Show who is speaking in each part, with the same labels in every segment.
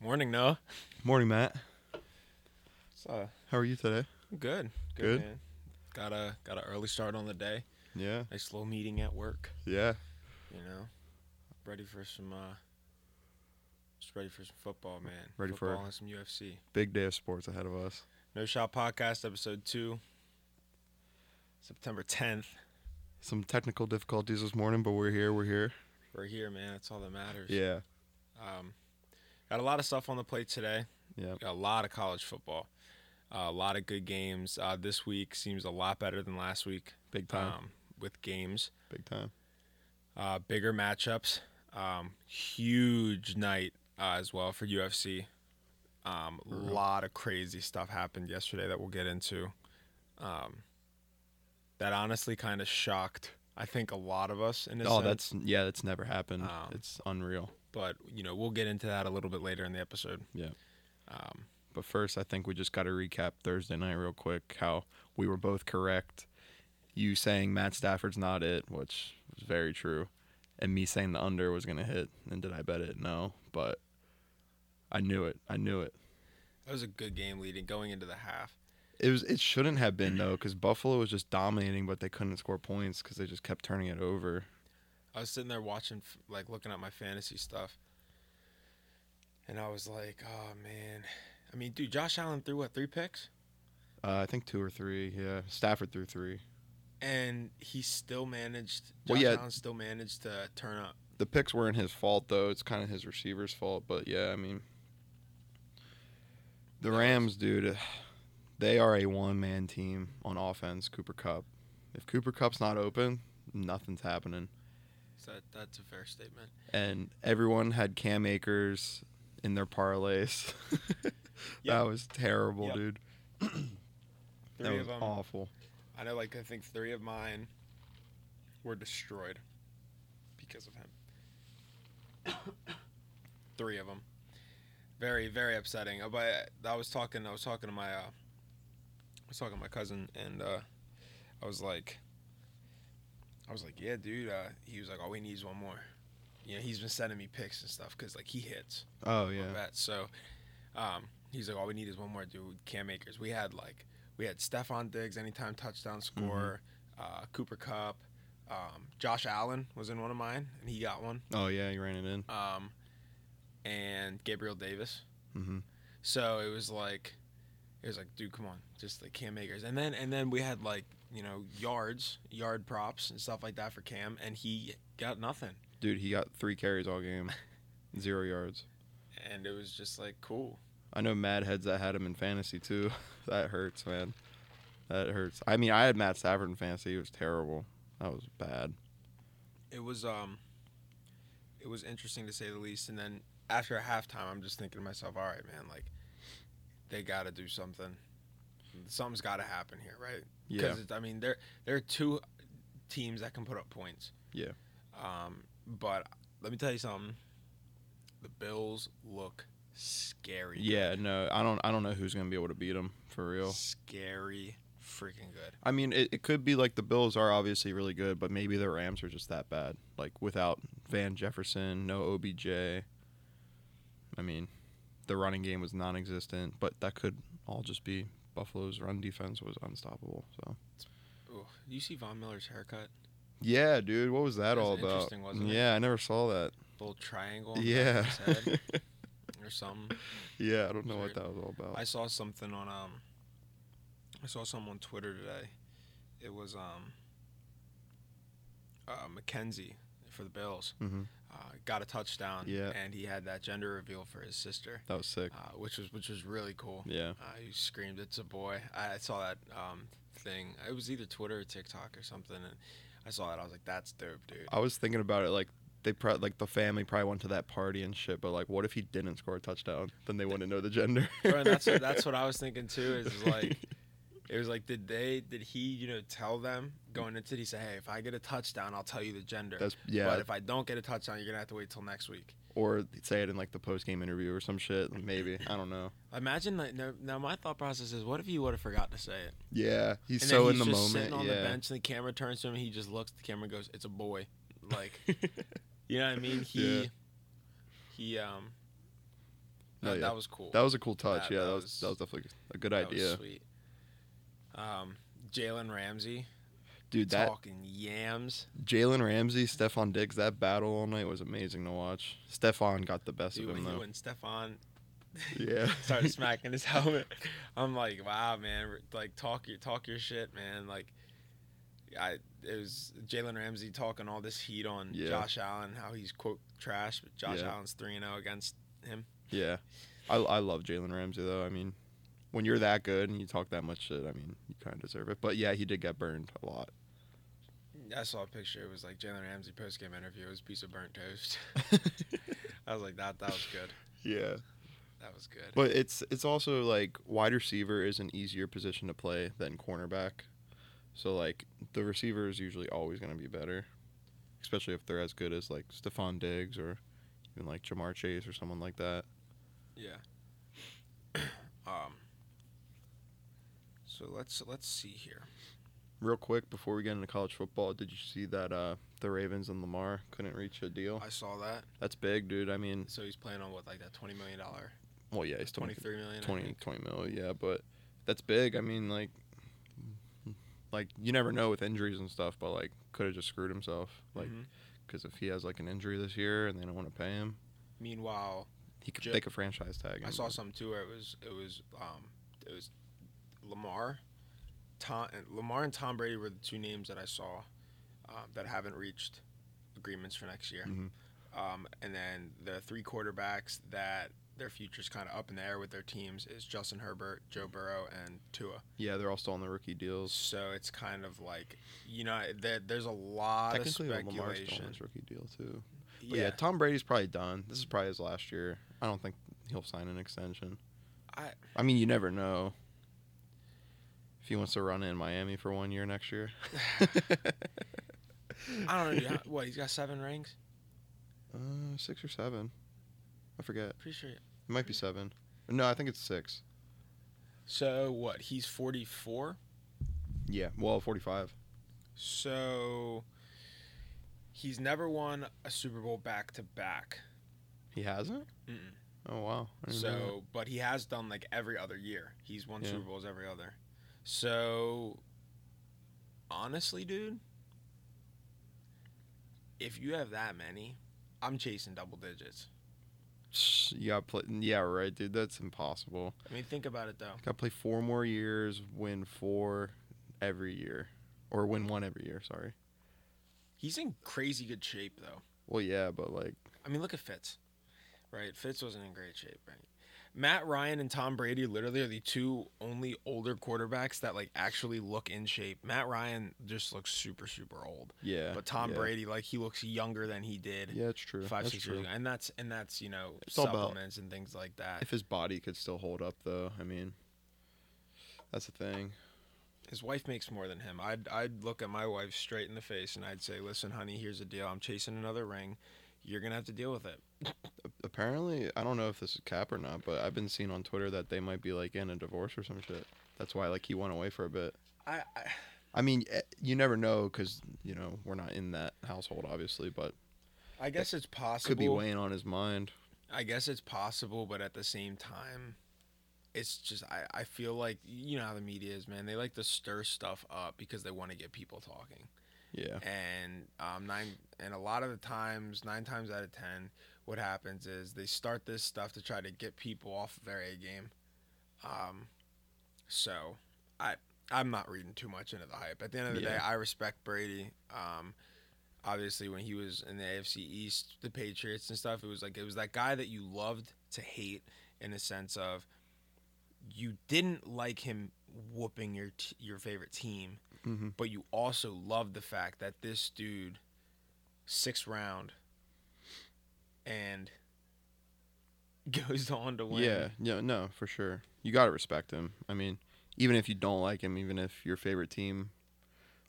Speaker 1: Morning, Noah.
Speaker 2: Morning, Matt.
Speaker 1: It's, uh,
Speaker 2: How are you today?
Speaker 1: good. Good.
Speaker 2: Good.
Speaker 1: Man. Got a got a early start on the day.
Speaker 2: Yeah.
Speaker 1: Nice little meeting at work.
Speaker 2: Yeah.
Speaker 1: You know, ready for some. uh Just ready for some football, man.
Speaker 2: Ready for-
Speaker 1: football and some UFC.
Speaker 2: Big day of sports ahead of us.
Speaker 1: No Shot Podcast, episode two. September tenth.
Speaker 2: Some technical difficulties this morning, but we're here. We're here.
Speaker 1: We're here, man. That's all that matters.
Speaker 2: Yeah.
Speaker 1: Um, got a lot of stuff on the plate today.
Speaker 2: Yeah.
Speaker 1: Got a lot of college football. Uh, a lot of good games. Uh, this week seems a lot better than last week.
Speaker 2: Big time.
Speaker 1: Um, with games.
Speaker 2: Big time.
Speaker 1: uh, bigger matchups. Um, huge night uh, as well for UFC. Um, a
Speaker 2: Mm-hmm.
Speaker 1: lot of crazy stuff happened yesterday that we'll get into. Um, that honestly kind of shocked, I think, a lot of us in a
Speaker 2: Oh,
Speaker 1: sense.
Speaker 2: that's yeah. That's never happened.
Speaker 1: Um,
Speaker 2: it's unreal.
Speaker 1: But you know, we'll get into that a little bit later in the episode.
Speaker 2: Yeah.
Speaker 1: Um,
Speaker 2: But first, I think we just got to recap Thursday night real quick. How we were both correct. You saying Matt Stafford's not it, which was very true, and me saying the under was gonna hit. And did I bet it? No, but I knew it. I knew it.
Speaker 1: that was a good game leading going into the half.
Speaker 2: It was. It shouldn't have been though, because Buffalo was just dominating, but they couldn't score points because they just kept turning it over.
Speaker 1: I was sitting there watching, f- like looking at my fantasy stuff, and I was like, "Oh man." I mean, dude, Josh Allen threw what three picks?
Speaker 2: Uh, I think two or three. Yeah, Stafford threw three.
Speaker 1: and he still managed. Josh
Speaker 2: Well, yeah.
Speaker 1: Allen still managed to turn up.
Speaker 2: The picks weren't his fault though. It's kind of his receiver's fault. But yeah, I mean, the Rams, dude, uh, they are a one-man team on offense. Cooper Cup. If Cooper Cup's not open, nothing's happening.
Speaker 1: So that, that's a fair statement.
Speaker 2: And everyone had Cam Akers in their parlays.
Speaker 1: Yeah.
Speaker 2: That was terrible,
Speaker 1: Yep.
Speaker 2: dude.
Speaker 1: Three
Speaker 2: that
Speaker 1: of
Speaker 2: was
Speaker 1: 'em-
Speaker 2: awful.
Speaker 1: I know, like I think three of mine were destroyed because of him. three of them. Very very upsetting. Uh, But I was talking. I was talking to my. Uh, I was talking to my cousin, and uh, I was like. I was like, yeah, dude. Uh, he was like, all we need is one more. You know, he's been sending me pics and stuff because like he hits.
Speaker 2: Oh
Speaker 1: yeah.
Speaker 2: yeah.
Speaker 1: So um, he's like, all we need is one more dude, Cam Akers. We had like we had Stephon Diggs anytime touchdown scorer, uh, Cooper Cup, um, Josh Allen was in one of mine and he got one,
Speaker 2: Oh yeah, you ran it in.
Speaker 1: um, and Gabriel Davis.
Speaker 2: hmm
Speaker 1: So it was like it was like, dude, come on, just like Cam Akers. And then and then we had like you know yards, yard props and stuff like that for Cam, and he got nothing.
Speaker 2: Dude, he got three carries all game, zero yards.
Speaker 1: And it was just like cool.
Speaker 2: I know mad heads that had him in fantasy too. that hurts, man. That hurts. I mean, I had Matt Stafford in fantasy. He was terrible. That was bad.
Speaker 1: it was um it was interesting to say the least and then after halftime i'm just thinking to myself all right man like they gotta do something something's gotta happen here right
Speaker 2: Yeah.
Speaker 1: it's- i mean there there are two teams that can put up points
Speaker 2: Yeah.
Speaker 1: um but let me tell you something the bills look scary
Speaker 2: Yeah. No, I don't. I don't know who's gonna be able to beat him for
Speaker 1: good.
Speaker 2: real.
Speaker 1: scary freaking good
Speaker 2: I mean, it, it could be like the Bills are obviously really good, but maybe the Rams are just that bad. Like without Van Jefferson, no OBJ. I mean, the running game was non-existent, but that could all just be Buffalo's run defense was unstoppable. So
Speaker 1: Ooh, you see von miller's haircut
Speaker 2: yeah, dude, what was that
Speaker 1: That was
Speaker 2: all about?
Speaker 1: interesting, wasn't it?
Speaker 2: yeah, I never saw that.
Speaker 1: little triangle on the
Speaker 2: Yeah,
Speaker 1: back of his head or something
Speaker 2: yeah, I don't know what
Speaker 1: Sorry.
Speaker 2: that was all about.
Speaker 1: I saw something on um I saw something on Twitter today. It was um uh McKenzie for the Bills.
Speaker 2: hmm
Speaker 1: Uh, got a touchdown
Speaker 2: Yeah.
Speaker 1: and he had that gender reveal for his sister.
Speaker 2: That was sick.
Speaker 1: Uh, which was which was really cool.
Speaker 2: Yeah,
Speaker 1: Uh, he screamed it's a boy. I, I saw that um thing. It was either Twitter or TikTok or something and I saw that I was like that's dope, dude.
Speaker 2: I was thinking about it like. They pro- like the family probably went to that party and shit, but like, what if he didn't score a touchdown? Then they wouldn't know the gender.
Speaker 1: Bro, and that's what, that's what I was thinking too. Is like, it was like, did they, did he, you know, tell them going into? it, He said, hey, if I get a touchdown, I'll tell you the gender.
Speaker 2: That's yeah.
Speaker 1: But if I don't get a touchdown, you're gonna have to wait till next week.
Speaker 2: or say it in like the post game interview or some shit. Maybe I don't know.
Speaker 1: Imagine that. Now, now my thought process is, what if you would have forgot to say it?
Speaker 2: Yeah, he's
Speaker 1: And then
Speaker 2: so in the
Speaker 1: just
Speaker 2: moment.
Speaker 1: Sitting on the
Speaker 2: yeah,
Speaker 1: bench, and the camera turns to him, and he just looks. at The camera, and goes, "It's a boy." Like, you know what I mean? He,
Speaker 2: Yeah.
Speaker 1: he, um, That,
Speaker 2: No, Oh, yeah.
Speaker 1: that was cool.
Speaker 2: That was a cool touch.
Speaker 1: That-
Speaker 2: yeah,
Speaker 1: that
Speaker 2: that was,
Speaker 1: was-
Speaker 2: that was definitely a good
Speaker 1: That was
Speaker 2: idea,
Speaker 1: sweet. Um, Jalen Ramsey
Speaker 2: dude. That
Speaker 1: talking yams.
Speaker 2: Jalen Ramsey, Stefan Diggs, that battle all night was amazing to watch. Stefan got the best
Speaker 1: Dude,
Speaker 2: of
Speaker 1: when
Speaker 2: him
Speaker 1: you
Speaker 2: though.
Speaker 1: and Stefan
Speaker 2: Yeah,
Speaker 1: started smacking his helmet, I'm like, wow, man. Like talk your talk your shit, man. Like, I it was Jalen Ramsey talking all this heat on
Speaker 2: Yeah.
Speaker 1: Josh Allen, how he's quote trash, but Josh
Speaker 2: Yeah.
Speaker 1: Allen's three and zero against
Speaker 2: yeah. I I love Jalen Ramsey though. I mean, when you're that good and you talk that much shit, I mean, you kind of deserve it. But yeah, he did get burned a lot.
Speaker 1: I saw a picture. It was like Jalen Ramsey post game interview. It was a piece of burnt toast. I was like, that that was good.
Speaker 2: yeah.
Speaker 1: That was good.
Speaker 2: But it's it's also like wide receiver is an easier position to play than cornerback. So like the receiver is usually always going to be better, especially if they're as good as like Stephon Diggs or even like Jamar Chase or someone like that.
Speaker 1: Yeah. um. So let's let's see here.
Speaker 2: Real quick before we get into college football, did you see that uh the Ravens and Lamar couldn't reach a deal?
Speaker 1: I saw that.
Speaker 2: That's big, dude. I mean,
Speaker 1: So he's playing on what like that twenty million dollar,
Speaker 2: well, yeah, he's
Speaker 1: twenty
Speaker 2: 20,
Speaker 1: three million. I
Speaker 2: 20,
Speaker 1: think.
Speaker 2: 20 mil, yeah, but that's big. I mean, like like you never know with injuries and stuff, but like could have just screwed himself. Like
Speaker 1: Mhm.
Speaker 2: because if he has like an injury this year and they don't want to pay him,
Speaker 1: Meanwhile,
Speaker 2: he could
Speaker 1: Ju-
Speaker 2: take a franchise tag.
Speaker 1: I
Speaker 2: him.
Speaker 1: saw something too where it was it was um it was Lamar, Tom and Lamar and Tom Brady were the two names that I saw um, that haven't reached agreements for next year.
Speaker 2: Mhm.
Speaker 1: Um, and then the three quarterbacks that their future's kind of up in the air with their teams is Justin Herbert, Joe Burrow, and Tua.
Speaker 2: Yeah, they're all still on the rookie deals.
Speaker 1: So it's kind of like you know there, there's a lot of
Speaker 2: Technically, Lamar's still on
Speaker 1: speculation.
Speaker 2: his rookie deal too. But yeah.
Speaker 1: Yeah, Mm-hmm.
Speaker 2: Tom Brady's probably done. This is probably his last year. I don't think he'll sign an extension.
Speaker 1: I-
Speaker 2: I mean, you never know. If he wants to run in Miami for one year next year,
Speaker 1: I don't know. dude. How- What he's got seven rings?
Speaker 2: uh, six or seven, I forget.
Speaker 1: Pretty sure.
Speaker 2: It might be seven. No, I think it's six.
Speaker 1: So what? He's 44.
Speaker 2: Yeah, well, forty-five.
Speaker 1: So he's never won a Super Bowl back to back.
Speaker 2: He hasn't.
Speaker 1: Mm-mm.
Speaker 2: Oh wow. I didn't know that.
Speaker 1: So, but he has done like every other year. He's won
Speaker 2: Yeah.
Speaker 1: Super Bowls every other. So honestly, dude, if you have that many, I'm chasing double digits.
Speaker 2: Sh- You got play. Yeah, right, dude. That's impossible.
Speaker 1: I mean, think about it though.
Speaker 2: Got to play four more years, win four every year, or win one every year. Sorry.
Speaker 1: He's in crazy good shape though.
Speaker 2: Well, yeah, but like,
Speaker 1: I mean, look at Fitz, right? Fitz wasn't in great shape, right? Matt Ryan and Tom Brady literally are the two only older quarterbacks that like actually look in shape. Matt Ryan just looks super, super old,
Speaker 2: yeah.
Speaker 1: but Tom
Speaker 2: yeah.
Speaker 1: Brady like he looks younger than he did
Speaker 2: Yeah, it's true.
Speaker 1: five,
Speaker 2: That's
Speaker 1: six
Speaker 2: true.
Speaker 1: years ago, and that's and that's you know
Speaker 2: It's all about-
Speaker 1: supplements and things like that.
Speaker 2: If his body could still hold up, though, I mean, that's the thing.
Speaker 1: His wife makes more than him. I'd I'd look at my wife straight in the face and I'd say, "Listen, honey, here's the deal. I'm chasing another ring. You're gonna have to deal with it."
Speaker 2: Apparently, I don't know if this is cap or not, but I've been seeing on Twitter that they might be like in a divorce or some shit. That's why like he went away for a bit.
Speaker 1: I, I
Speaker 2: I mean, eh, you never know because you know we're not in that household, obviously, but
Speaker 1: I guess it's possible.
Speaker 2: could be weighing on his mind.
Speaker 1: I guess it's possible, but at the same time, it's just I, I feel like you know how the media is, man. They like to stir stuff up because they want to get people talking.
Speaker 2: Yeah.
Speaker 1: And um nine and a lot of the times, nine times out of ten, what happens is they start this stuff to try to get people off their A game. Um so I I'm not reading too much into the hype. At the end of the day,
Speaker 2: Yeah.
Speaker 1: I respect Brady. Um obviously when he was in the AFC East, the Patriots and stuff, it was like it was that guy that you loved to hate in a sense of you didn't like him whooping your t- your favorite team,
Speaker 2: Mm-hmm.
Speaker 1: but you also loved the fact that this dude, sixth round, and goes on to win.
Speaker 2: Yeah, yeah, no, for sure. You gotta respect him. I mean, even if you don't like him, even if your favorite team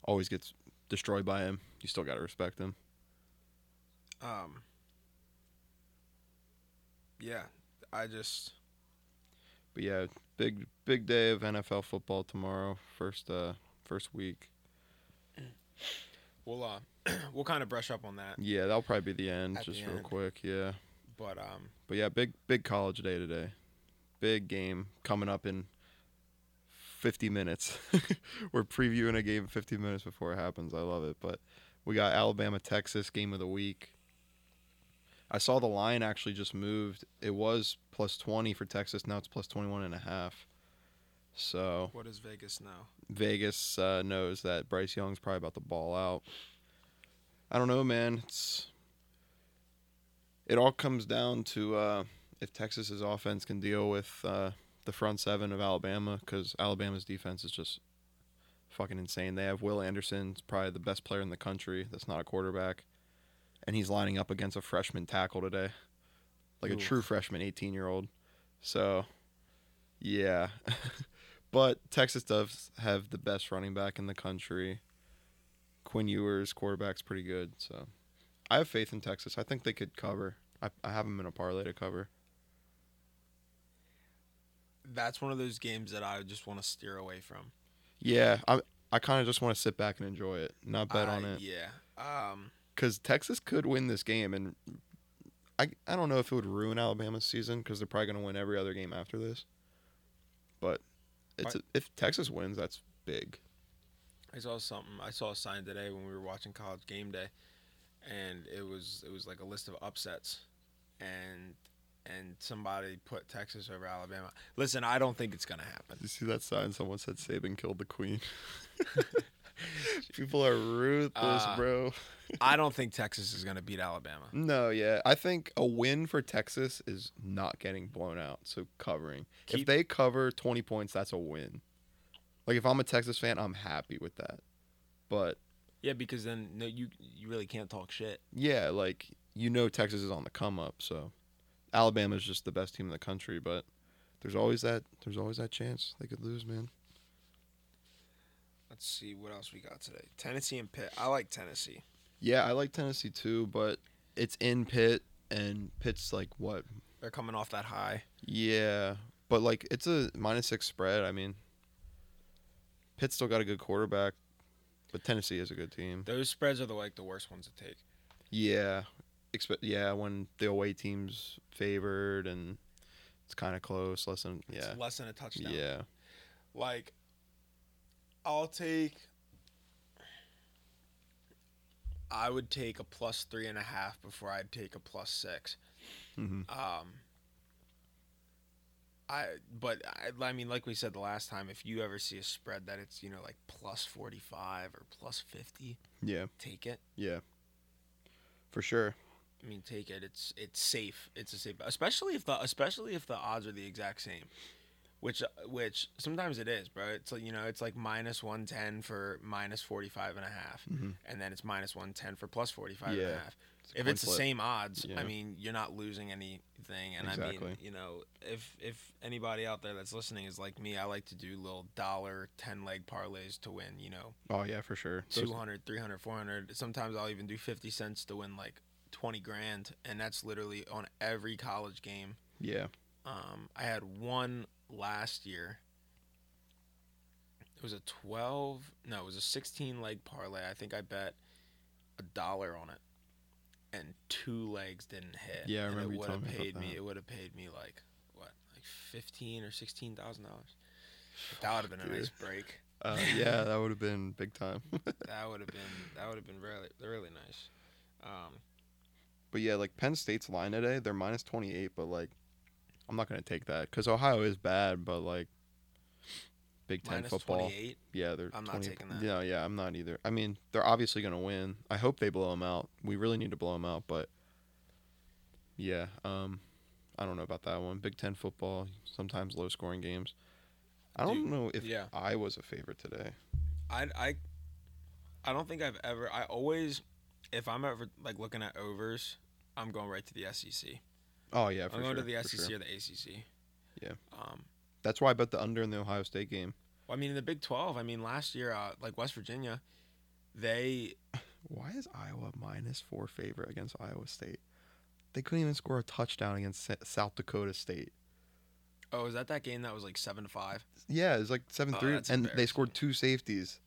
Speaker 2: always gets destroyed by him, you still gotta respect him.
Speaker 1: Um. Yeah, I just
Speaker 2: But yeah, big big day of NFL football tomorrow. First uh first week.
Speaker 1: we'll uh we'll kind of brush up on that.
Speaker 2: Yeah, that'll probably be the end,
Speaker 1: At
Speaker 2: just
Speaker 1: the
Speaker 2: real
Speaker 1: end.
Speaker 2: quick. Yeah.
Speaker 1: But um,
Speaker 2: But yeah, big big college day today. Big game coming up in 50 minutes. We're previewing a game 50 minutes before it happens. I love it. But we got Alabama Texas game of the week. I saw the line actually just moved. It was plus 20 for Texas. Now it's plus 21 and a half. So
Speaker 1: what is Vegas now?
Speaker 2: Vegas uh, knows that Bryce Young's probably about to ball out. I don't know, man. It's it all comes down to uh, if Texas's offense can deal with uh, the front seven of Alabama, because Alabama's defense is just fucking insane. They have Will Anderson, who's probably the best player in the country. That's not a quarterback, and he's lining up against a freshman tackle today, like a
Speaker 1: Oof.
Speaker 2: true freshman, eighteen-year-old. So, yeah. But Texas does have the best running back in the country. Quinn Ewers, quarterback's pretty good. So I have faith in Texas. I think they could cover. I, I have them in a parlay to cover.
Speaker 1: That's one of those games that I just want to steer away from.
Speaker 2: Yeah, I I kind of just want to sit back and enjoy it, not bet on
Speaker 1: I-
Speaker 2: it.
Speaker 1: Yeah. Um,
Speaker 2: Because Texas could win this game. And I, I don't know if it would ruin Alabama's season because they're probably going to win every other game after this. But it's if Texas wins, that's big.
Speaker 1: I saw something. I saw a sign today when we were watching College Game Day, and it was it was like a list of upsets, and and somebody put Texas over Alabama. Listen, I don't think it's gonna happen.
Speaker 2: You see that sign? Someone said Saban killed the queen. People are ruthless,
Speaker 1: Uh,
Speaker 2: bro.
Speaker 1: I don't think Texas is gonna beat Alabama.
Speaker 2: No, yeah. I think a win for Texas is not getting blown out. So covering. if
Speaker 1: Keep-
Speaker 2: they cover 20 points, that's a win. Like if I'm a Texas fan, I'm happy with that. But
Speaker 1: Yeah, because then no, you you really can't talk shit.
Speaker 2: yeah, like you know Texas is on the come up, so Alabama's just the best team in the country, but there's always that there's always that chance they could lose, man.
Speaker 1: Let's see what else we got today. Tennessee and Pitt. I like Tennessee.
Speaker 2: Yeah, I like Tennessee too, but it's in Pitt and Pitt's like what
Speaker 1: They're coming off that high.
Speaker 2: Yeah, but like it's a minus six spread. I mean, Pitt's still got a good quarterback, but Tennessee is a good team.
Speaker 1: Those spreads are the like the worst ones to take.
Speaker 2: Yeah, expe- yeah when the away team's favored and it's kind of close, less than yeah,
Speaker 1: It's less than a touchdown.
Speaker 2: yeah.
Speaker 1: Like, I'll take. I would take a plus three and a half before I'd take a plus six.
Speaker 2: Mm-hmm.
Speaker 1: Um. I but I, I mean like we said the last time if you ever see a spread that it's you know like plus 45 or plus 50
Speaker 2: Yeah,
Speaker 1: take it
Speaker 2: yeah, for sure.
Speaker 1: I mean take it it's it's safe it's a safe especially if the especially if the odds are the exact same which which sometimes it is bro it's like you know it's like minus 110 for minus 45 and a half
Speaker 2: Mhm.
Speaker 1: and then it's minus 110 for plus 45 and
Speaker 2: Yeah.
Speaker 1: a half
Speaker 2: It's a
Speaker 1: Mm-hmm. if
Speaker 2: coin
Speaker 1: it's the
Speaker 2: flip.
Speaker 1: same odds
Speaker 2: Yeah.
Speaker 1: i mean you're not losing anything and i
Speaker 2: Exactly.
Speaker 1: mean you know if if anybody out there that's listening is like me i like to do little dollar 10 leg parlays to win you know
Speaker 2: Oh yeah, for sure. Those-
Speaker 1: 200 300 400 sometimes i'll even do 50 cents to win like 20 grand and that's literally on every college game
Speaker 2: yeah,
Speaker 1: um, i had one last year it was a 12 no it was a 16 leg parlay i think i bet a dollar on it and two legs didn't hit
Speaker 2: Yeah, I
Speaker 1: and
Speaker 2: remember
Speaker 1: it
Speaker 2: you
Speaker 1: would have
Speaker 2: telling me about
Speaker 1: paid me
Speaker 2: that.
Speaker 1: it would have paid me like what like 15 or 16 thousand dollars that would have been a
Speaker 2: dude.
Speaker 1: nice break
Speaker 2: uh, yeah, that would have been big time.
Speaker 1: that would have been that would have been really really nice. Um,
Speaker 2: But yeah, like Penn State's line today, they're minus 28, but like I'm not going to take that cuz Ohio is bad, but like Big 10
Speaker 1: minus
Speaker 2: football.
Speaker 1: 28.
Speaker 2: Yeah, they're
Speaker 1: I'm not
Speaker 2: 20
Speaker 1: taking that.
Speaker 2: Yeah, yeah, I'm not either. I mean, they're obviously going to win. I hope they blow them out. We really need to blow them out, but yeah, um I don't know about that one. Big 10 football, sometimes low scoring games. I don't
Speaker 1: Dude,
Speaker 2: know if
Speaker 1: yeah.
Speaker 2: I was a favorite today.
Speaker 1: I I I don't think I've ever. I always if I'm ever like looking at overs, I'm going right to the SEC.
Speaker 2: Oh yeah, for
Speaker 1: I'm going
Speaker 2: sure,
Speaker 1: to the E
Speaker 2: for
Speaker 1: SEC
Speaker 2: sure.
Speaker 1: or the ACC.
Speaker 2: Yeah.
Speaker 1: Um.
Speaker 2: That's why I bet the under in the Ohio State game.
Speaker 1: Well, I mean, in the Big 12, I mean, last year, uh, like West Virginia, they
Speaker 2: Why is Iowa minus four favorite against Iowa State? They couldn't even score a touchdown against Sa- South Dakota State.
Speaker 1: oh, is that that game that was like seven to five?
Speaker 2: Yeah, it was like seven three,
Speaker 1: Oh, that's
Speaker 2: and they scored two safeties.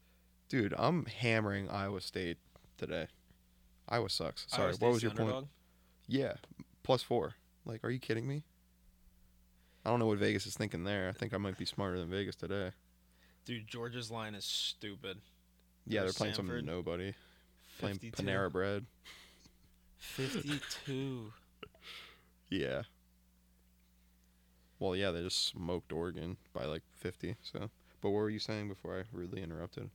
Speaker 2: Dude, I'm hammering Iowa State today. Iowa sucks. Sorry,
Speaker 1: Iowa
Speaker 2: what
Speaker 1: State's
Speaker 2: was
Speaker 1: the
Speaker 2: your point?
Speaker 1: underdog?
Speaker 2: Yeah, plus four. Like, are you kidding me? I don't know what Vegas is thinking there. I think I might be smarter than Vegas today.
Speaker 1: Dude, Georgia's line is stupid.
Speaker 2: Yeah,
Speaker 1: Or
Speaker 2: they're playing
Speaker 1: Samford.
Speaker 2: some nobody. Playing
Speaker 1: 52.
Speaker 2: Panera Bread.
Speaker 1: 52.
Speaker 2: Yeah. Well, yeah, they just smoked Oregon by like 50. So, but what were you saying before I rudely interrupted?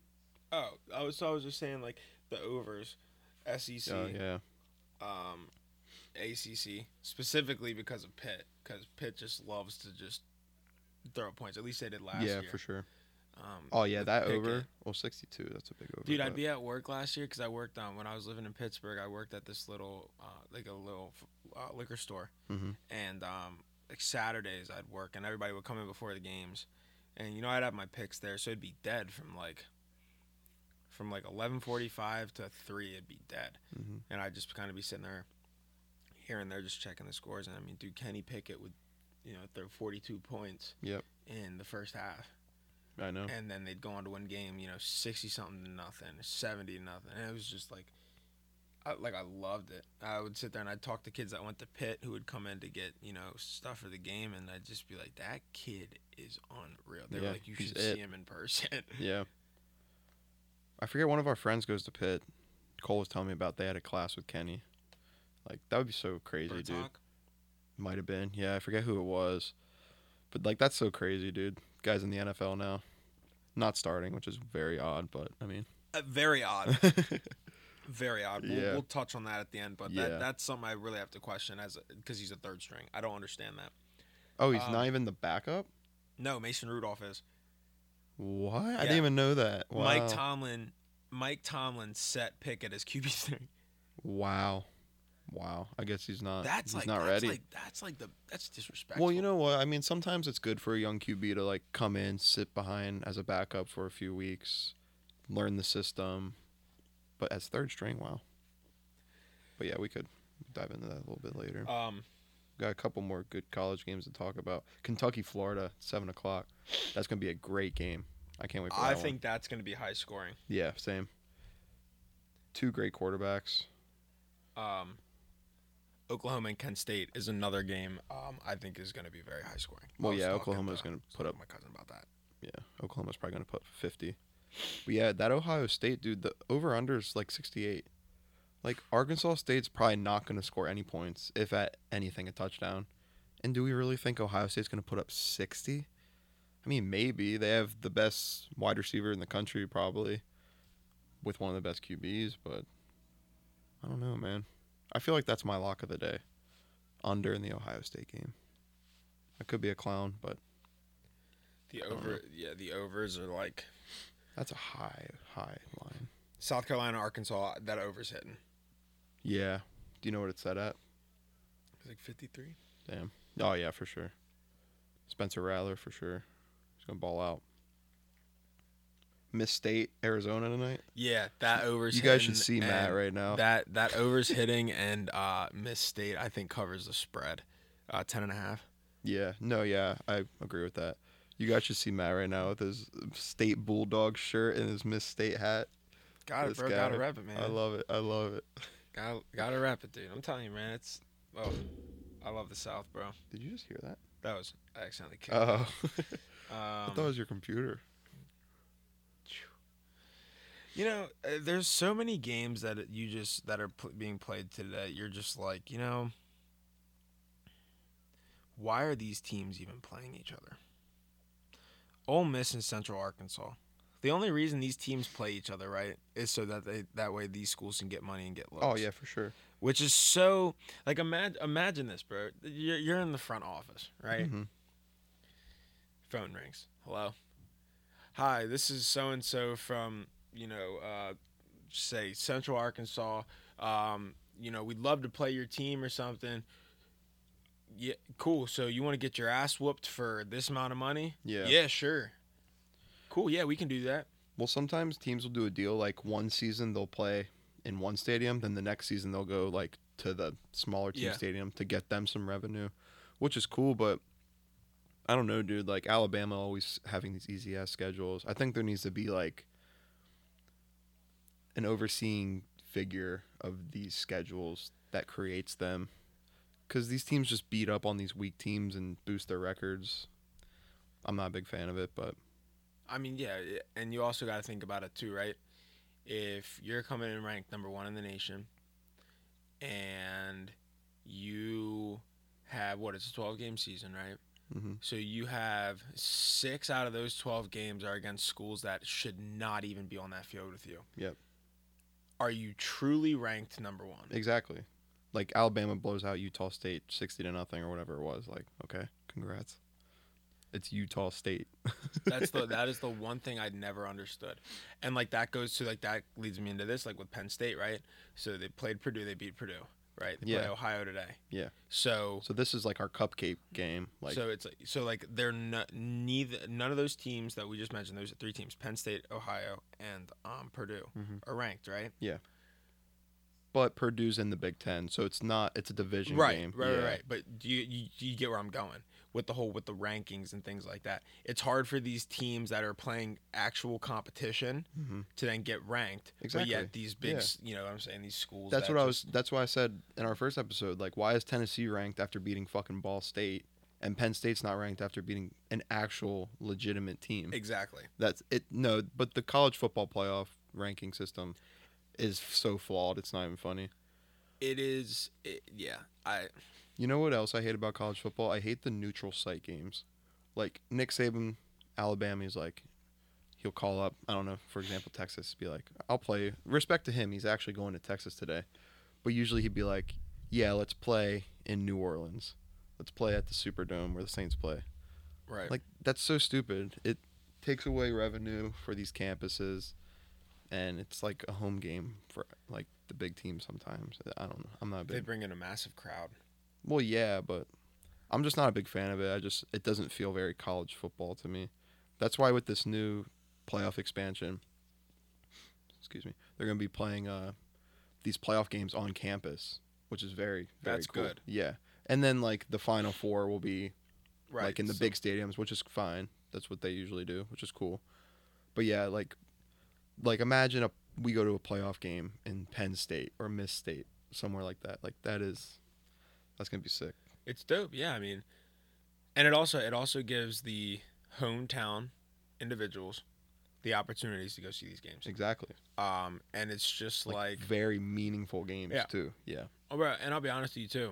Speaker 1: oh, I was so I was just saying like the overs, SEC,
Speaker 2: Oh, yeah.
Speaker 1: um, ACC specifically because of Pitt because Pitt just loves to just throw up points. At least they did last
Speaker 2: yeah,
Speaker 1: year.
Speaker 2: for sure.
Speaker 1: Um,
Speaker 2: Oh, yeah,
Speaker 1: with
Speaker 2: that
Speaker 1: Pickett.
Speaker 2: over. Well, 62. That's a big over.
Speaker 1: Dude, I'd
Speaker 2: but-
Speaker 1: be at work last year because I worked on when I was living in Pittsburgh. I worked at this little, uh, like a little uh, liquor store,
Speaker 2: Mhm.
Speaker 1: and um, like Saturdays I'd work, and everybody would come in before the games, and you know I'd have my picks there, so it'd be dead from like, from like eleven forty-five to three, it'd be dead,
Speaker 2: Mhm.
Speaker 1: and I'd just kind of be sitting there, here and there, just checking the scores, and I mean, dude, Kenny Pickett would, you know, throw forty-two points
Speaker 2: Yep.
Speaker 1: in the first half
Speaker 2: I know.
Speaker 1: and then they'd go on to win game, you know, sixty something to nothing, seventy to nothing, and it was just like, I, like I loved it. I would sit there and I'd talk to kids that went to Pitt who would come in to get you know stuff for the game, and I'd just be like, that kid is unreal. They were
Speaker 2: Yeah,
Speaker 1: like, you
Speaker 2: he's
Speaker 1: should
Speaker 2: it.
Speaker 1: see him in person.
Speaker 2: Yeah. I forget one of our friends goes to Pitt. Cole was telling me about they had a class with Kenny. Like that would be so crazy, dude.
Speaker 1: Murtaugh?
Speaker 2: Might have been. Yeah, I forget who it was. But like that's so crazy, dude. Guys in the NFL now. Not starting, which is very odd, but I mean
Speaker 1: Uh, very odd, very odd. We'll,
Speaker 2: Yeah.
Speaker 1: we'll touch on that at the end, but
Speaker 2: Yeah.
Speaker 1: that, that's something I really have to question as because he's a third string. I don't understand that.
Speaker 2: Oh, he's
Speaker 1: Um,
Speaker 2: not even the backup?
Speaker 1: No, Mason Rudolph is.
Speaker 2: What? I
Speaker 1: yeah.
Speaker 2: didn't even know that. Wow.
Speaker 1: Mike Tomlin. Mike Tomlin set Pickett as QB three.
Speaker 2: wow. Wow. I guess he's not
Speaker 1: that's
Speaker 2: Uh,
Speaker 1: like
Speaker 2: he's not
Speaker 1: that's
Speaker 2: ready.
Speaker 1: Like, that's like the that's disrespectful.
Speaker 2: Well, you know what? I mean, sometimes it's good for a young QB to like come in, sit behind as a backup for a few weeks, learn the system. But as third string, wow. But yeah, we could dive into that a little bit later.
Speaker 1: um,
Speaker 2: Got a couple more good college games to talk about. Kentucky, Florida, seven o'clock. That's gonna be a great game. I can't wait for that
Speaker 1: I
Speaker 2: one.
Speaker 1: think that's going to be high scoring.
Speaker 2: Yeah, same. Two great quarterbacks.
Speaker 1: Um, Oklahoma and Kent State is another game. Um, I think is going to be very high scoring.
Speaker 2: Well,
Speaker 1: I was
Speaker 2: yeah,
Speaker 1: talking
Speaker 2: Oklahoma's
Speaker 1: I
Speaker 2: gonna
Speaker 1: was
Speaker 2: put
Speaker 1: talking
Speaker 2: up-
Speaker 1: to My cousin about that.
Speaker 2: Yeah, Oklahoma's probably gonna put up fifty. But yeah, that Ohio State dude, the over under is like sixty eight. Like Arkansas State's probably not gonna score any points, if at anything a touchdown. And do we really think Ohio State's gonna put up sixty? I mean, maybe they have the best wide receiver in the country, probably, with one of the best QBs. But I don't know, man. I feel like that's my lock of the day, under in the Ohio State game. I could be a clown, but
Speaker 1: The
Speaker 2: don't
Speaker 1: over, yeah, the overs are like
Speaker 2: that's a high, high line.
Speaker 1: South Carolina, Arkansas. That over's hitting.
Speaker 2: Yeah. Do you know what it's set at?
Speaker 1: It's like fifty three.
Speaker 2: Damn. Oh yeah, for sure. Spencer Rattler for sure. He's gonna ball out. Miss State, Arizona tonight.
Speaker 1: Yeah, that overs.
Speaker 2: You guys
Speaker 1: hitting,
Speaker 2: should see Matt
Speaker 1: and
Speaker 2: right now.
Speaker 1: That that overs hitting and uh, Miss State I think covers the spread, uh, ten and a half.
Speaker 2: yeah. No. Yeah. I agree with that. You guys should see Matt right now with his State Bulldog shirt and his Miss State hat.
Speaker 1: Got it,
Speaker 2: This
Speaker 1: bro.
Speaker 2: guy-
Speaker 1: Gotta rep it, man.
Speaker 2: I love it. I love it.
Speaker 1: Gotta gotta wrap it, dude. I'm telling you, man. It's oh, I love the South, bro.
Speaker 2: Did you just hear that?
Speaker 1: That was I accidentally kicked.
Speaker 2: Oh, I
Speaker 1: um,
Speaker 2: thought it was your computer.
Speaker 1: you know, uh, there's so many games that it- you just that are pl- being played today. You're just like, you know, why are these teams even playing each other? Ole Miss and Central Arkansas. The only reason these teams play each other, right, is so that they that way these schools can get money and get looks.
Speaker 2: Oh yeah, for sure.
Speaker 1: which is so like imagine imagine this, bro. You're you're in the front office, right?
Speaker 2: Mhm.
Speaker 1: phone rings. Hello. Hi, this is so and so from you know, uh, say Central Arkansas. Um, you know, we'd love to play your team or something. Yeah, cool. So you want to get your ass whooped for this amount of money?
Speaker 2: Yeah.
Speaker 1: Yeah, sure. Cool. Yeah, we can do that.
Speaker 2: Well, sometimes teams will do a deal like one season they'll play in one stadium, then the next season they'll go like to the smaller team
Speaker 1: Yeah.
Speaker 2: stadium to get them some revenue, which is cool. But I don't know, dude. Like Alabama always having these easy ass schedules. I think there needs to be like an overseeing figure of these schedules that creates them. because these teams just beat up on these weak teams and boost their records. I'm not a big fan of it, but
Speaker 1: I mean, yeah, i- and you also got to think about it too, right? If you're coming in ranked number one in the nation, and you have what it's a 12 game season, right?
Speaker 2: Mhm.
Speaker 1: So you have six out of those 12 games are against schools that should not even be on that field with you.
Speaker 2: Yep.
Speaker 1: Are you truly ranked number one?
Speaker 2: exactly. Like Alabama blows out Utah State sixty to nothing or whatever it was. Like, okay, congrats. It's Utah State.
Speaker 1: That's the that is the one thing I'd never understood. And like that goes to like that leads me into this like with Penn State, right? So they played Purdue, they beat Purdue, right? They play
Speaker 2: Yeah.
Speaker 1: Ohio today.
Speaker 2: Yeah.
Speaker 1: So
Speaker 2: So this is like our cupcake game. Like,
Speaker 1: so it's like so like they're no, neither none of those teams that we just mentioned, those three teams, Penn State, Ohio, and um Purdue
Speaker 2: Mhm.
Speaker 1: are ranked, right?
Speaker 2: but Purdue's in the Big Ten, so it's not. It's a division
Speaker 1: Right,
Speaker 2: game.
Speaker 1: right,
Speaker 2: Yeah.
Speaker 1: right, right. But do you, you do you get where I'm going with the whole with the rankings and things like that? It's hard for these teams that are playing actual competition
Speaker 2: Mhm.
Speaker 1: to then get ranked.
Speaker 2: Exactly.
Speaker 1: But yet these big,
Speaker 2: Yeah.
Speaker 1: s you know, what I'm saying these schools.
Speaker 2: That's
Speaker 1: that
Speaker 2: what I was.
Speaker 1: just-
Speaker 2: That's why I said in our first episode, like, why is Tennessee ranked after beating fucking Ball State, and Penn State's not ranked after beating an actual legitimate team?
Speaker 1: exactly.
Speaker 2: That's it. No, but the college football playoff ranking system is so flawed. It's not even funny.
Speaker 1: It is. It, yeah. I.
Speaker 2: You know what else I hate about college football? I hate the neutral site games. Like Nick Saban, Alabama, he's like, he'll call up, I don't know, for example, Texas, be like, I'll play. Respect to him, he's actually going to Texas today. But usually he'd be like, yeah, let's play in New Orleans. Let's play at the Superdome where the Saints play.
Speaker 1: Right.
Speaker 2: Like, that's so stupid. It takes away revenue for these campuses. And it's like a home game for like the big team sometimes. I don't know. I'm not a big
Speaker 1: they bring in a massive crowd.
Speaker 2: well, yeah, but I'm just not a big fan of it. I just it doesn't feel very college football to me. That's why with this new playoff expansion, excuse me, they're going to be playing uh these playoff games on campus, which is very very
Speaker 1: That's
Speaker 2: cool.
Speaker 1: good.
Speaker 2: Yeah. And then like the final four will be
Speaker 1: Right.
Speaker 2: like in the
Speaker 1: so-
Speaker 2: big stadiums, which is fine. That's what they usually do, which is cool. But yeah, like like imagine a we go to a playoff game in Penn State or Miss State, somewhere like that. Like that is that's gonna be sick.
Speaker 1: It's dope. Yeah. I mean, and it also it also gives the hometown individuals the opportunities to go see these games.
Speaker 2: Exactly.
Speaker 1: Um, and it's just like
Speaker 2: very meaningful games
Speaker 1: Yeah.
Speaker 2: too. Yeah.
Speaker 1: Oh, bro, and I'll be honest with you too.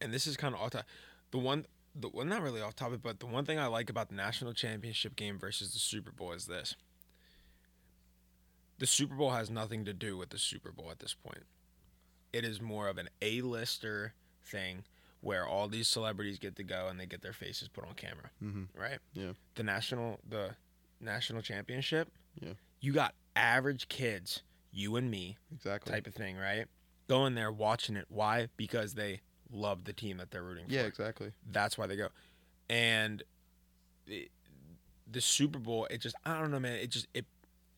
Speaker 1: And this is kind of off topic. The one, the well, not really off topic, but the one thing I like about the national championship game versus the Super Bowl is this: the Super Bowl has nothing to do with the Super Bowl at this point. It is more of an A-lister thing where all these celebrities get to go and they get their faces put on camera,
Speaker 2: Mm-hmm.
Speaker 1: right?
Speaker 2: Yeah.
Speaker 1: The national, the national championship.
Speaker 2: Yeah.
Speaker 1: You got average kids, you and me,
Speaker 2: Exactly.
Speaker 1: type of thing, right? Going there, watching it. Why? Because they love the team that they're rooting
Speaker 2: Yeah.
Speaker 1: for.
Speaker 2: Exactly.
Speaker 1: That's why they go. And it, the Super Bowl, it just I don't know, man. It just it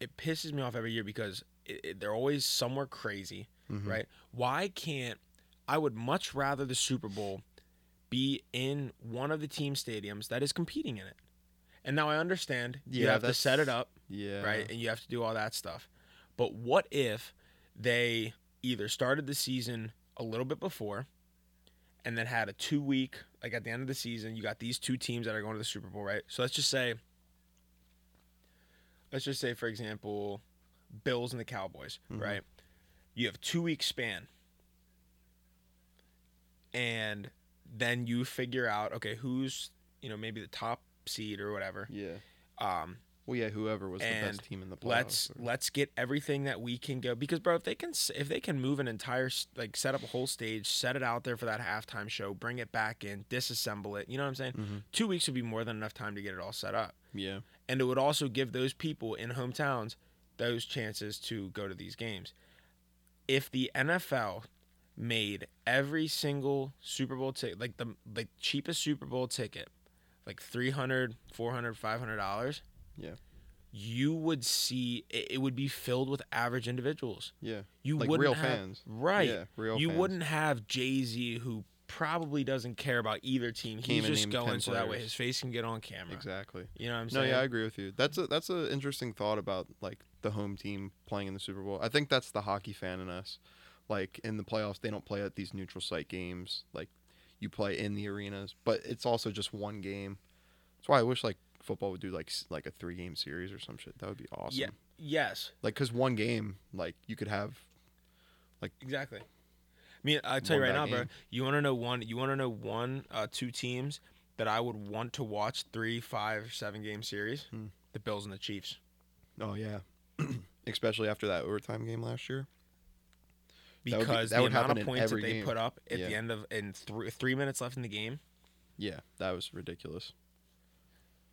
Speaker 1: it pisses me off every year because it, it- they're always somewhere crazy,
Speaker 2: Mhm.
Speaker 1: right? Why can't I would much rather the Super Bowl be in one of the team stadiums that is competing in it. And now I understand you
Speaker 2: Yeah,
Speaker 1: have to set it
Speaker 2: that's-
Speaker 1: up
Speaker 2: Yeah.
Speaker 1: right? And you have to do all that stuff. But what if they either started the season a little bit before and then had a two week, like at the end of the season, you got these two teams that are going to the Super Bowl, right? So let's just say, let's just say, for example, Bills and the Cowboys,
Speaker 2: Mhm.
Speaker 1: right? You have two week span. And then you figure out, okay, who's, you know, maybe the top seed or whatever.
Speaker 2: Yeah.
Speaker 1: Um,
Speaker 2: Well, yeah. Whoever was the
Speaker 1: And
Speaker 2: best team in the playoffs.
Speaker 1: let's
Speaker 2: or-
Speaker 1: let's get everything that we can go because bro if they can s- if they can move an entire s- like set up a whole stage set it out there for that halftime show bring it back in disassemble it you know what i'm saying
Speaker 2: Mhm.
Speaker 1: two weeks would be more than enough time to get it all set up
Speaker 2: Yeah.
Speaker 1: and it would also give those people in hometowns those chances to go to these games if the nfl made every single super bowl ticket like the like cheapest super bowl ticket like 300 400 500 dollars
Speaker 2: Yeah.
Speaker 1: you would see it, it would be filled with average individuals.
Speaker 2: Yeah.
Speaker 1: You
Speaker 2: Like
Speaker 1: wouldn't
Speaker 2: real
Speaker 1: have,
Speaker 2: fans.
Speaker 1: right?
Speaker 2: Yeah. Real.
Speaker 1: you
Speaker 2: fans.
Speaker 1: wouldn't have Jay Z who probably doesn't care about either team.
Speaker 2: Came
Speaker 1: He's
Speaker 2: and
Speaker 1: just
Speaker 2: named 10
Speaker 1: going so that way
Speaker 2: players.
Speaker 1: his face can get on camera.
Speaker 2: Exactly.
Speaker 1: You know what I'm
Speaker 2: No,
Speaker 1: saying?
Speaker 2: yeah, I agree with you. That's a that's an interesting thought about like the home team playing in the Super Bowl. I think that's the hockey fan in us. like in the playoffs they don't play at these neutral site games like you play in the arenas but it's also just one game that's why i wish like football would do like s- like a three game series or some shit that would be awesome
Speaker 1: Yeah. Yes,
Speaker 2: like because one game like you could have
Speaker 1: exactly. I mean, I tell you
Speaker 2: One
Speaker 1: right
Speaker 2: bad
Speaker 1: now, bro.
Speaker 2: game.
Speaker 1: You want to know one? You want to know one? Uh, two teams that I would want to watch three, five, seven game series.
Speaker 2: Hmm.
Speaker 1: The Bills and the Chiefs.
Speaker 2: oh yeah especially after that overtime game last year That would be-
Speaker 1: Because
Speaker 2: that would
Speaker 1: the
Speaker 2: happen
Speaker 1: amount
Speaker 2: in
Speaker 1: of points
Speaker 2: every
Speaker 1: that they
Speaker 2: game.
Speaker 1: put up at
Speaker 2: Yeah.
Speaker 1: the end of in three three minutes left in the game,
Speaker 2: yeah that was ridiculous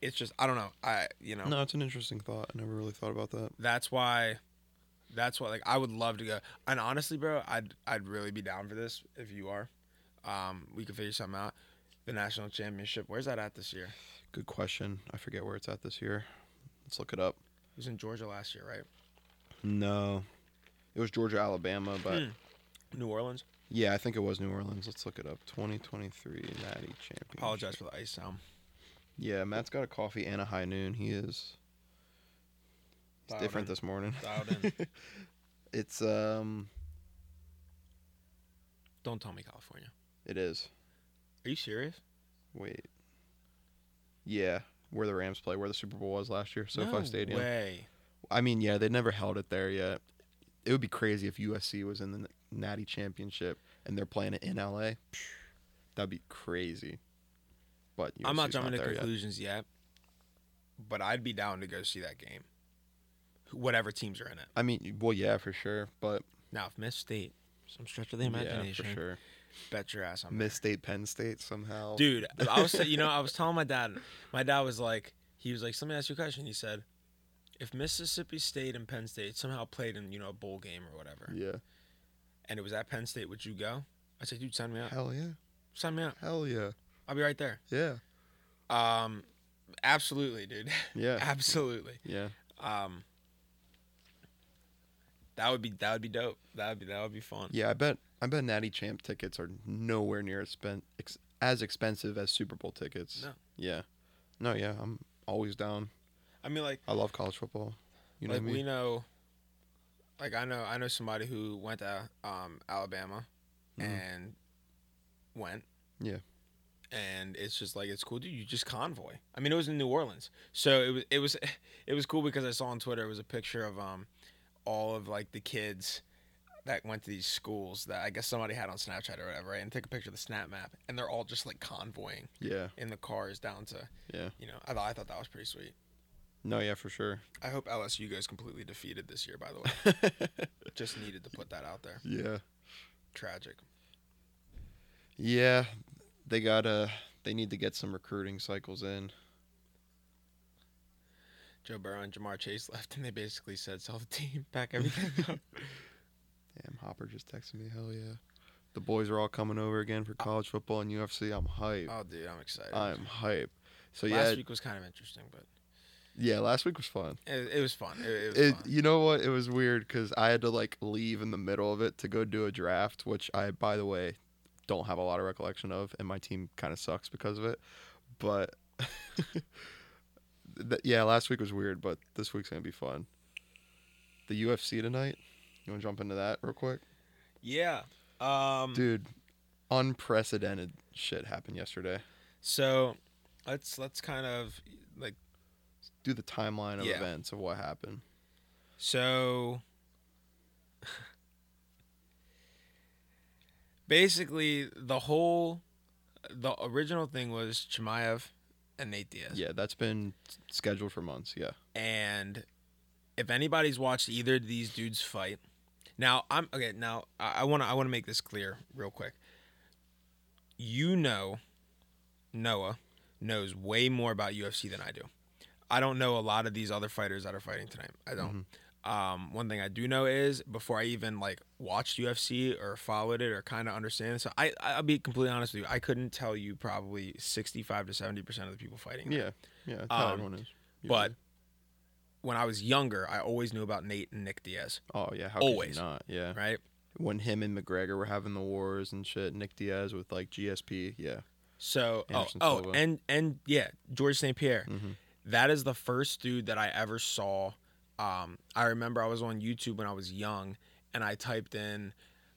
Speaker 1: it's just I don't know. I you know
Speaker 2: no it's an interesting thought i never really thought about that
Speaker 1: that's why that's why like I would love to go. And honestly, bro, I'd I'd really be down for this if you are. Um, we could figure something out. The national championship, where's that at this year?
Speaker 2: good question i forget where it's at this year let's look it up
Speaker 1: It was in Georgia last year, right?
Speaker 2: no it was georgia alabama but
Speaker 1: Hmm. New Orleans.
Speaker 2: Yeah, I think it was New Orleans. Let's look it up. 2023 Natty Champion.
Speaker 1: Apologize for the ice sound.
Speaker 2: Yeah, Matt's got a coffee and a high noon. He is. It's
Speaker 1: Dialed
Speaker 2: different
Speaker 1: in.
Speaker 2: this morning.
Speaker 1: Dialed in.
Speaker 2: It's um.
Speaker 1: Don't tell me California.
Speaker 2: It is.
Speaker 1: Are you serious?
Speaker 2: Wait. Yeah, where the Rams play, where the Super Bowl was last year, SoFi
Speaker 1: no
Speaker 2: Stadium.
Speaker 1: Way.
Speaker 2: I mean, yeah, they never held it there yet. It would be crazy if USC was in the Natty Championship and they're playing it in LA. Psh, That'd be crazy. But
Speaker 1: I'm not
Speaker 2: USC 's
Speaker 1: jumping to
Speaker 2: there yet.
Speaker 1: conclusions yet. but I'd be down to go see that game. Whatever teams are in it.
Speaker 2: I mean, well, yeah, for sure, but
Speaker 1: Now, if Miss State, some stretch of the
Speaker 2: yeah,
Speaker 1: imagination,
Speaker 2: for sure.
Speaker 1: bet your ass I'm
Speaker 2: Miss State, Penn State somehow.
Speaker 1: dude i was you know i was telling my dad my dad was like he was like somebody asked you a question he said if mississippi state and penn state somehow played in you know a bowl game or whatever
Speaker 2: Yeah.
Speaker 1: and it was at penn state would you go i said dude sign me up
Speaker 2: Hell yeah.
Speaker 1: sign me up
Speaker 2: Hell yeah.
Speaker 1: i'll be right there
Speaker 2: Yeah.
Speaker 1: um absolutely dude
Speaker 2: Yeah.
Speaker 1: absolutely
Speaker 2: Yeah.
Speaker 1: um that would be that would be dope that would be that would be fun
Speaker 2: Yeah. I bet. I bet Natty Champ tickets are nowhere near expen- ex- as expensive as Super Bowl tickets.
Speaker 1: No.
Speaker 2: Yeah. No. Yeah. I'm always down.
Speaker 1: i mean like
Speaker 2: I love college football. You know
Speaker 1: like
Speaker 2: what I
Speaker 1: we
Speaker 2: mean?
Speaker 1: know like i know i know somebody who went to um alabama
Speaker 2: Mhm.
Speaker 1: and went
Speaker 2: Yeah.
Speaker 1: and it's just like it's cool dude you just convoy i mean it was in new orleans so it was it was it was cool because i saw on twitter it was a picture of um all of like the kids that went to these schools that i guess somebody had on snapchat or whatever right? and take a picture of the snap map and they're all just like convoying
Speaker 2: Yeah.
Speaker 1: in the cars down to
Speaker 2: Yeah.
Speaker 1: you know i thought i thought that was pretty sweet
Speaker 2: No. Yeah. For sure.
Speaker 1: i hope lsu goes completely defeated this year by the way just needed to put that out there.
Speaker 2: yeah.
Speaker 1: Tragic.
Speaker 2: Yeah. They gotta. They need to get some recruiting cycles in.
Speaker 1: Joe Burrow and Jamar Chase left, and they basically said, "Sell the team, pack everything up."
Speaker 2: Damn, Hopper just texted me. Hell yeah. The boys are all coming over again for college football and UFC. I'm hype.
Speaker 1: oh, dude, I'm excited.
Speaker 2: I'm hype. So
Speaker 1: Last
Speaker 2: Uh, yeah,
Speaker 1: week was kind of interesting, but
Speaker 2: yeah, last week was fun.
Speaker 1: it, it was fun. It, it was
Speaker 2: It,
Speaker 1: fun.
Speaker 2: you know what? It was weird because I had to like leave in the middle of it to go do a draft, which I, by the way, don't have a lot of recollection of, and my team kind of sucks because of it. But th- yeah, last week was weird, but this week's gonna be fun. The UFC tonight. You want to jump into that real quick,
Speaker 1: Yeah. Um.
Speaker 2: dude? Unprecedented shit happened yesterday.
Speaker 1: So, let's let's kind of like
Speaker 2: Do the timeline of
Speaker 1: Yeah.
Speaker 2: events of what happened.
Speaker 1: so. basically, the whole, the original thing was Chimaev and Nate Diaz.
Speaker 2: Yeah, that's been s- scheduled for months. Yeah.
Speaker 1: and if anybody's watched either of these dudes fight now i'm okay now i want to i want to make this clear real quick you know noah knows way more about ufc than i do i don't know a lot of these other fighters that are fighting tonight i
Speaker 2: Mm-hmm.
Speaker 1: don't um, one thing i do know is before i even like watched ufc or followed it or kind of understand so i i'll be completely honest with you i couldn't tell you probably 65 to 70 percent of the people fighting
Speaker 2: Yeah, yeah, that's how
Speaker 1: Um,
Speaker 2: everyone is.
Speaker 1: but when I was younger, I always knew about Nate and Nick Diaz,
Speaker 2: usually. oh yeah, how could you
Speaker 1: always.
Speaker 2: not? Yeah,
Speaker 1: right?
Speaker 2: when him and McGregor were having the wars and shit, Nick Diaz with like GSP. Yeah,
Speaker 1: So, oh,
Speaker 2: Anderson
Speaker 1: oh,
Speaker 2: Silva.
Speaker 1: and and yeah, George St. Pierre.
Speaker 2: Mhm.
Speaker 1: That is the first dude that I ever saw. Um, I remember I was on YouTube when I was young, and I typed in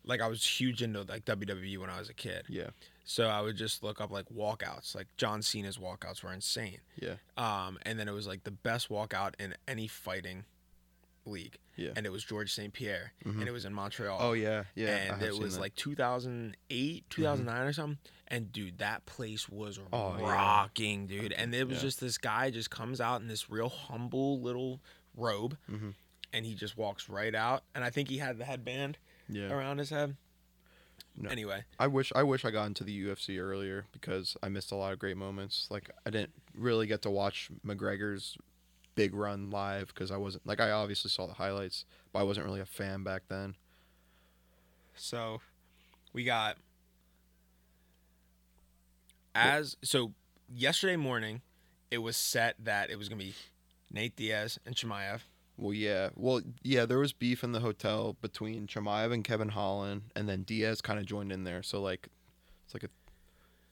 Speaker 1: like I was huge into like WWE when I was a kid.
Speaker 2: Yeah.
Speaker 1: So I would just look up like walkouts. Like John Cena's walkouts were insane.
Speaker 2: Yeah.
Speaker 1: Um, and then it was like the best walkout in any fighting league.
Speaker 2: Yeah.
Speaker 1: And it was George St. Pierre,
Speaker 2: Mhm.
Speaker 1: and it was in Montreal.
Speaker 2: Oh yeah, yeah. I
Speaker 1: and
Speaker 2: have
Speaker 1: it
Speaker 2: seen
Speaker 1: was
Speaker 2: that. Mm-hmm.
Speaker 1: like 2008, 2009 or something. And dude, that place was
Speaker 2: Oh, yeah.
Speaker 1: rocking, dude. And it was
Speaker 2: Yeah.
Speaker 1: just this guy just comes out in this real humble little robe,
Speaker 2: Mhm.
Speaker 1: and he just walks right out. And I think he had the headband
Speaker 2: yeah.
Speaker 1: around his head.
Speaker 2: No.
Speaker 1: Anyway,
Speaker 2: I wish I wish I got into the UFC earlier because I missed a lot of great moments. Like I didn't really get to watch McGregor's big run live because I wasn't like I obviously saw the highlights, but I wasn't really a fan back then.
Speaker 1: so we got as so yesterday morning, it was set that it was gonna be Nate Diaz and Chimaev.
Speaker 2: Well, yeah, well, yeah. There was beef in the hotel between Chimaev and Kevin Holland, and then Diaz kind of joined in there. So like, it's like a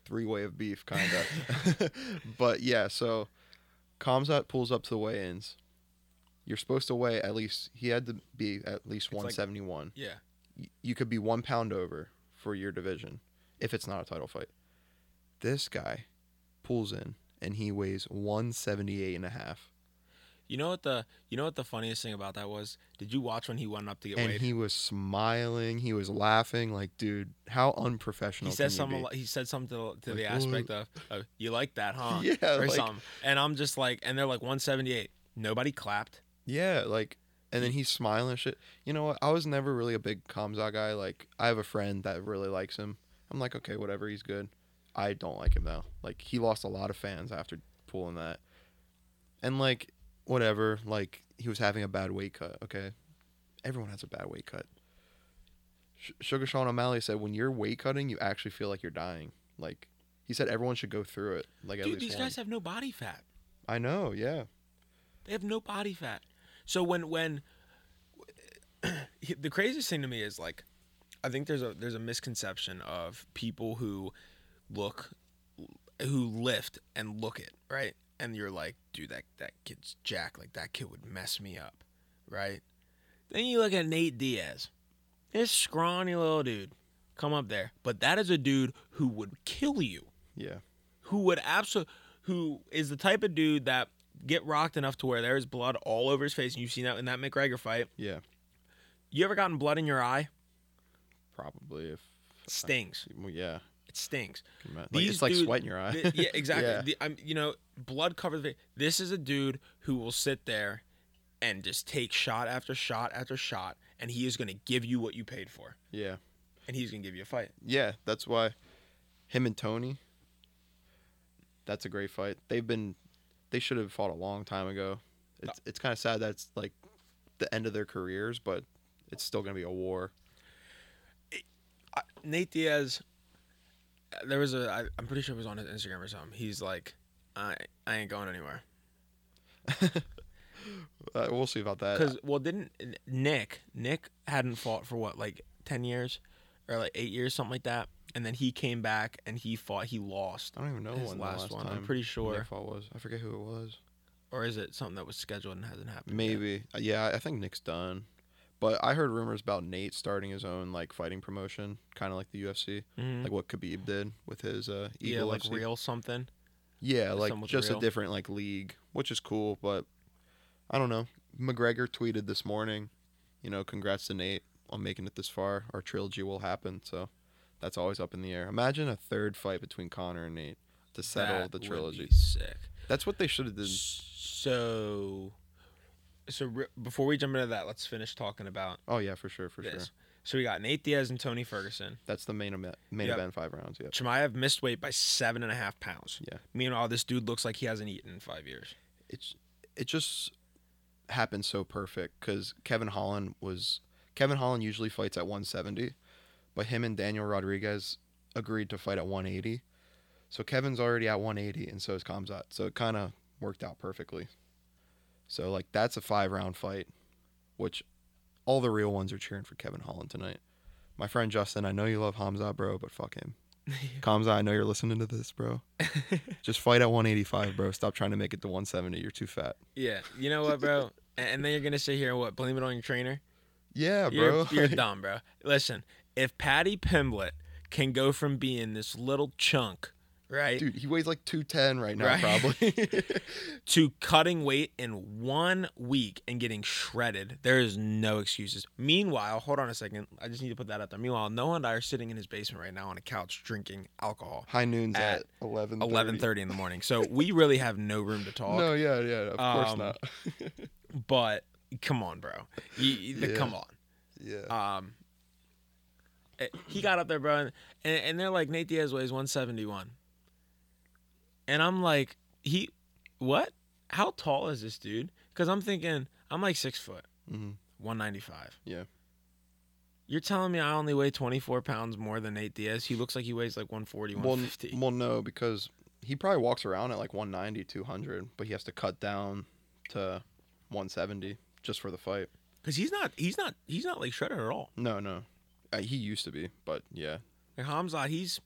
Speaker 2: three-way of beef, kind of. but yeah, so Comsat pulls up to the weigh-ins. You're supposed to weigh at least he had to be at least
Speaker 1: like-
Speaker 2: 171.
Speaker 1: Yeah,
Speaker 2: y- you could be one pound over for your division if it's not a title fight. This guy pulls in and he weighs 178 and a half.
Speaker 1: You know what the you know what the funniest thing about that was? Did you watch when he went up to get
Speaker 2: and
Speaker 1: weighed? He,
Speaker 2: he was smiling, he was laughing like dude, how unprofessional can
Speaker 1: said
Speaker 2: you
Speaker 1: something.
Speaker 2: be?
Speaker 1: al- He said something to, to
Speaker 2: Like,
Speaker 1: the
Speaker 2: "Ooh."
Speaker 1: aspect of, of, "You like that, huh?"
Speaker 2: Yeah,
Speaker 1: or
Speaker 2: like-
Speaker 1: something. And I'm just like, and they're like 178. Nobody clapped.
Speaker 2: Yeah, like and then he's smiling and shit. You know what? I was never really a big Kamza guy. Like I have a friend that really likes him. I'm like, okay, whatever, he's good. I don't like him though. Like he lost a lot of fans after pulling that. And like whatever, like he was having a bad weight cut. Okay. Everyone has a bad weight cut. Sh- Sugar Sean O'Malley said when you're weight cutting, you actually feel like you're dying. Like he said everyone should go through it. Like at
Speaker 1: Dude,
Speaker 2: least
Speaker 1: these
Speaker 2: once.
Speaker 1: guys have no body fat.
Speaker 2: I know, yeah.
Speaker 1: They have no body fat. So when when the craziest thing to me is like, I think there's a there's a misconception of people who look who lift and look it right, and you're like, dude, that that kid's jack. Like that kid would mess me up, right? Then you look at Nate Diaz, this scrawny little dude, come up there, but that is a dude who would kill you
Speaker 2: Yeah.
Speaker 1: who would absolutely who is the type of dude that get rocked enough to where there's blood all over his face and you've seen that in that McGregor fight.
Speaker 2: Yeah.
Speaker 1: You ever gotten blood in your eye?
Speaker 2: Probably if
Speaker 1: It stings.
Speaker 2: Well, yeah.
Speaker 1: It stings.
Speaker 2: Can ima- Like,
Speaker 1: These
Speaker 2: it's like
Speaker 1: dude-
Speaker 2: sweat in your eye.
Speaker 1: Th- yeah, exactly.
Speaker 2: Yeah.
Speaker 1: The- I'm, you know, blood covered the face. This is a dude who will sit there and just take shot after shot after shot and he is going to give you what you paid for
Speaker 2: yeah.
Speaker 1: and he's going to give you a fight.
Speaker 2: Yeah. That's why him and Tony, that's a great fight. They've been, they should have fought a long time ago. It's, it's kind of sad that it's like the end of their careers, but it's still going to be a war.
Speaker 1: I, Nate Diaz, uh, there was a. I, I'm pretty sure it was on his Instagram or something. He's like, I I ain't going anywhere.
Speaker 2: Uh, we'll see about that.
Speaker 1: Because well, didn't Nick Nick hadn't fought for what like ten years, or like eight years, something like that, and then he came back and he fought. He lost,
Speaker 2: I don't even know
Speaker 1: his
Speaker 2: when
Speaker 1: last
Speaker 2: the last
Speaker 1: one, I'm
Speaker 2: time
Speaker 1: pretty
Speaker 2: their
Speaker 1: sure.
Speaker 2: Fall was. I forget who it was.
Speaker 1: or is it something that was scheduled and hasn't happened? yet?
Speaker 2: Maybe. Uh, Yeah, I think Nick's done. But I heard rumors about Nate starting his own like fighting promotion, kind of like the UFC,
Speaker 1: Mhm.
Speaker 2: like what Khabib did with his uh,
Speaker 1: yeah,
Speaker 2: Eagle
Speaker 1: like
Speaker 2: FC.
Speaker 1: real something.
Speaker 2: Yeah, like
Speaker 1: somewhat
Speaker 2: just
Speaker 1: real.
Speaker 2: a different like league, which is cool, but I don't know. McGregor tweeted this morning, you know, congrats to Nate on making it this far. Our trilogy will happen, so that's always up in the air. Imagine a third fight between Connor and Nate to settle
Speaker 1: That
Speaker 2: the
Speaker 1: would be
Speaker 2: trilogy.
Speaker 1: sick.
Speaker 2: That's what they should have done.
Speaker 1: So, so re- before we jump into that, let's finish talking about
Speaker 2: Oh yeah, for sure, for
Speaker 1: this.
Speaker 2: sure.
Speaker 1: So we got Nate Diaz and Tony Ferguson.
Speaker 2: That's the main event, main
Speaker 1: Yep.
Speaker 2: event five rounds. Yeah,
Speaker 1: Chimaev missed weight by seven and a half pounds.
Speaker 2: Yeah.
Speaker 1: Meanwhile, this dude looks like he hasn't eaten in five years.
Speaker 2: it's it just happened so perfect because Kevin Holland was Kevin Holland usually fights at 170, but him and Daniel Rodriguez agreed to fight at 180. So Kevin's already at 180, and so is Kamzat. So it kind of worked out perfectly. So like that's a five round fight, which all the real ones are cheering for Kevin Holland tonight. My friend Justin, I know you love Hamza, bro, but fuck him. Kamza, I know you're listening to this, bro. Just fight at 185, bro. Stop trying to make it to 170. You're too fat.
Speaker 1: Yeah, you know what, bro? and, and then you're gonna sit here and what? Blame it on your trainer?
Speaker 2: Yeah,
Speaker 1: You're,
Speaker 2: Uh, bro.
Speaker 1: you're
Speaker 2: Like,
Speaker 1: dumb, bro. Listen, if Patty Pimblett can go from being this little chunk, right,
Speaker 2: Dude, he weighs like 210 right now,
Speaker 1: Right.
Speaker 2: probably.
Speaker 1: to cutting weight in one week and getting shredded, there is no excuses. Meanwhile, hold on a second. I just need to put that out there. Meanwhile, Noah and I are sitting in his basement right now on a couch drinking alcohol.
Speaker 2: High noon's
Speaker 1: At
Speaker 2: at, 11
Speaker 1: Eleven thirty in the morning, so we really have no room to talk.
Speaker 2: No, yeah, yeah, of course
Speaker 1: Um,
Speaker 2: not.
Speaker 1: But come on, bro, You- you-
Speaker 2: Yeah.
Speaker 1: come on.
Speaker 2: yeah.
Speaker 1: Um, eh, he got up there, bro, and, and they're like Nate Diaz weighs 171, and I'm like, he, what? How tall is this dude? Because I'm thinking I'm like six foot,
Speaker 2: hmm
Speaker 1: 195.
Speaker 2: Yeah.
Speaker 1: You're telling me I only weigh 24 pounds more than Nate Diaz? He looks like he weighs like 140,
Speaker 2: Well, n-
Speaker 1: 150.
Speaker 2: well, no, because he probably walks around at like 190, 200, but he has to cut down to 170 just for the fight.
Speaker 1: Because he's not, he's not, he's not like shredded at all.
Speaker 2: No, no. Uh, he used to be, but yeah.
Speaker 1: Like Hamzat, he's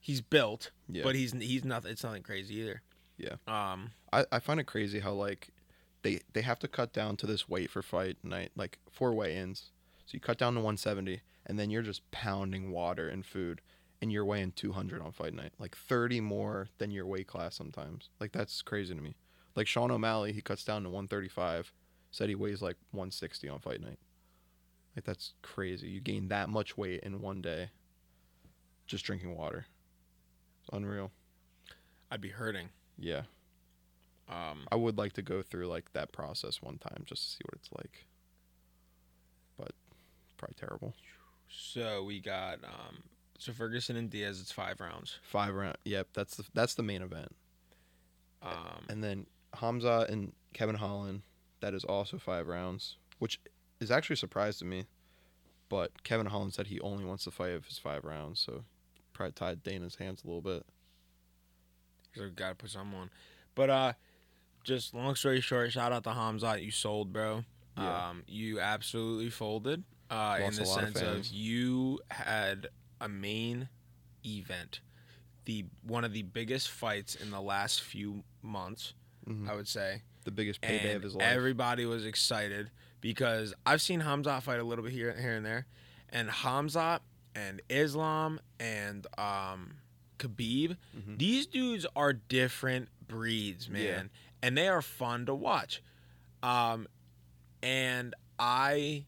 Speaker 1: he's built,
Speaker 2: Yeah.
Speaker 1: but he's he's nothing. It's nothing crazy either.
Speaker 2: Yeah.
Speaker 1: Um.
Speaker 2: I, I find it crazy how like they they have to cut down to this weight for fight night, like four weigh-ins. So you cut down to 170, and then you're just pounding water and food, and you're weighing 200 on fight night, like 30 more than your weight class sometimes. Like that's crazy to me. Like Sean O'Malley, he cuts down to 135, said he weighs like 160 on fight night. Like that's crazy. You gain that much weight in one day, just drinking water. It's unreal.
Speaker 1: I'd be hurting.
Speaker 2: Yeah.
Speaker 1: Um.
Speaker 2: I would like to go through like that process one time just to see what it's like. But probably terrible.
Speaker 1: So we got um so Ferguson and Diaz it's five rounds.
Speaker 2: Five round. Yep, that's the that's the main event.
Speaker 1: Um
Speaker 2: And then Hamza and Kevin Holland, that is also five rounds, which is actually a surprise to me. But Kevin Holland said he only wants to fight if it's five rounds, so probably tied Dana's hands a little bit.
Speaker 1: so we gotta put some on. But uh just long story short, shout out to Hamzat, you sold, bro.
Speaker 2: Yeah.
Speaker 1: Um you absolutely folded. Uh in
Speaker 2: Lost
Speaker 1: the
Speaker 2: a lot of
Speaker 1: sense of,
Speaker 2: fans.
Speaker 1: you had a main event. The one of the biggest fights in the last few months,
Speaker 2: Mhm.
Speaker 1: I would say.
Speaker 2: The biggest payday
Speaker 1: Mm-hmm. and
Speaker 2: of his life.
Speaker 1: everybody was excited because I've seen Hamzat fight a little bit here, here and there, and Hamzat and Islam and um, Khabib,
Speaker 2: Mhm.
Speaker 1: these dudes are different breeds, man, and they are fun to watch. Um, and I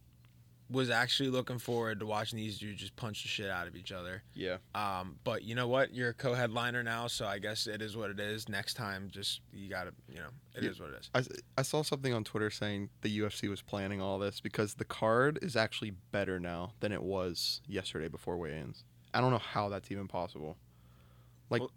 Speaker 1: was actually looking forward to watching these dudes just punch the shit out of each other.
Speaker 2: yeah.
Speaker 1: Um, but you know what? You're a co-headliner now, so I guess it is what it is. Next time, just you gotta, you know, it is
Speaker 2: Yeah.
Speaker 1: what it is.
Speaker 2: I, I saw something on Twitter saying the UFC was planning all this because the card is actually better now than it was yesterday before weigh-ins. I don't know how that's even possible. Like,
Speaker 1: Well-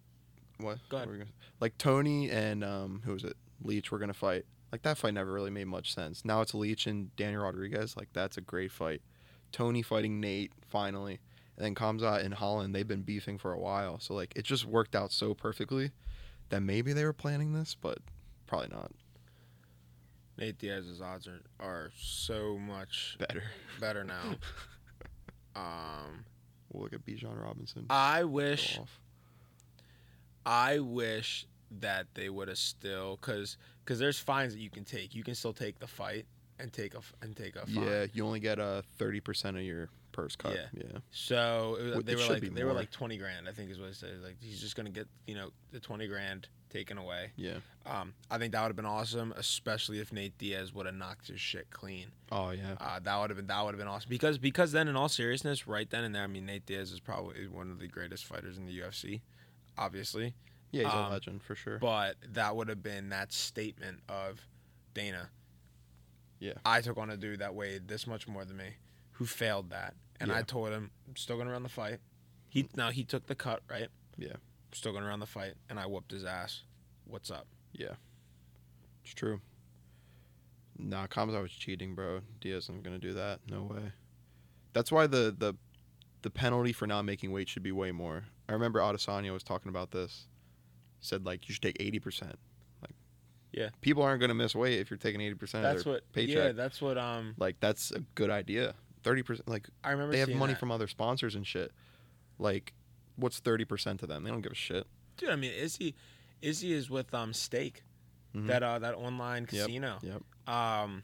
Speaker 2: what?
Speaker 1: Go ahead.
Speaker 2: what were we gonna- like Tony and um, who was it? Leach were gonna fight. Like that fight never really made much sense. Now it's Leach and Daniel Rodriguez. Like that's a great fight. Tony fighting Nate finally, and then Kamzat and Holland. They've been beefing for a while, so like it just worked out so perfectly that maybe they were planning this, but probably not.
Speaker 1: Nate Diaz's odds are, are so much
Speaker 2: Better.
Speaker 1: better now. um,
Speaker 2: We'll look at Bijan Robinson.
Speaker 1: I
Speaker 2: Go
Speaker 1: wish
Speaker 2: off.
Speaker 1: I wish that they would have still because because there's fines that you can take. You can still take the fight and take a f- and take a fine.
Speaker 2: Yeah, you only get a thirty percent of your purse cut.
Speaker 1: Yeah.
Speaker 2: Yeah.
Speaker 1: So it, was-
Speaker 2: Wh-
Speaker 1: they
Speaker 2: it
Speaker 1: were
Speaker 2: should be
Speaker 1: like they were
Speaker 2: more.
Speaker 1: like twenty grand. I think is what it says. Like he's just gonna get you know the twenty grand taken away.
Speaker 2: Yeah.
Speaker 1: Um, I think that would have been awesome, especially if Nate Diaz would have knocked his shit clean.
Speaker 2: Oh yeah.
Speaker 1: Uh, that would have been that would have been awesome because because then in all seriousness, right then and there, I mean Nate Diaz is probably one of the greatest fighters in the UFC, obviously.
Speaker 2: Yeah, he's
Speaker 1: um,
Speaker 2: a legend for sure.
Speaker 1: But that would have been that statement of Dana.
Speaker 2: Yeah.
Speaker 1: I took on a dude that weighed this much more than me, who failed that, and I
Speaker 2: Yeah.
Speaker 1: told him I'm still gonna run the fight. He now he took the cut right.
Speaker 2: Yeah.
Speaker 1: Still gonna run the fight, and I whooped his ass. What's up?
Speaker 2: It's true. Nah, Kamzat was cheating, bro. Diaz isn't gonna do that. No way. That's why the the the penalty for not making weight should be way more. I remember Adesanya was talking about this. He said like you should take eighty percent. Like
Speaker 1: Yeah.
Speaker 2: People aren't gonna miss weight if you're taking eighty percent of
Speaker 1: That's
Speaker 2: their
Speaker 1: what. Yeah,
Speaker 2: paycheck.
Speaker 1: that's what. Um,
Speaker 2: Like that's a good idea. Thirty percent like
Speaker 1: I remember
Speaker 2: they have
Speaker 1: seeing
Speaker 2: money
Speaker 1: that.
Speaker 2: from other sponsors and shit. Like, what's thirty percent to them? They don't give a shit.
Speaker 1: dude. I mean, Izzy, Izzy is with um Stake,
Speaker 2: Mhm.
Speaker 1: that uh that online
Speaker 2: Yep,
Speaker 1: casino.
Speaker 2: yep.
Speaker 1: Um,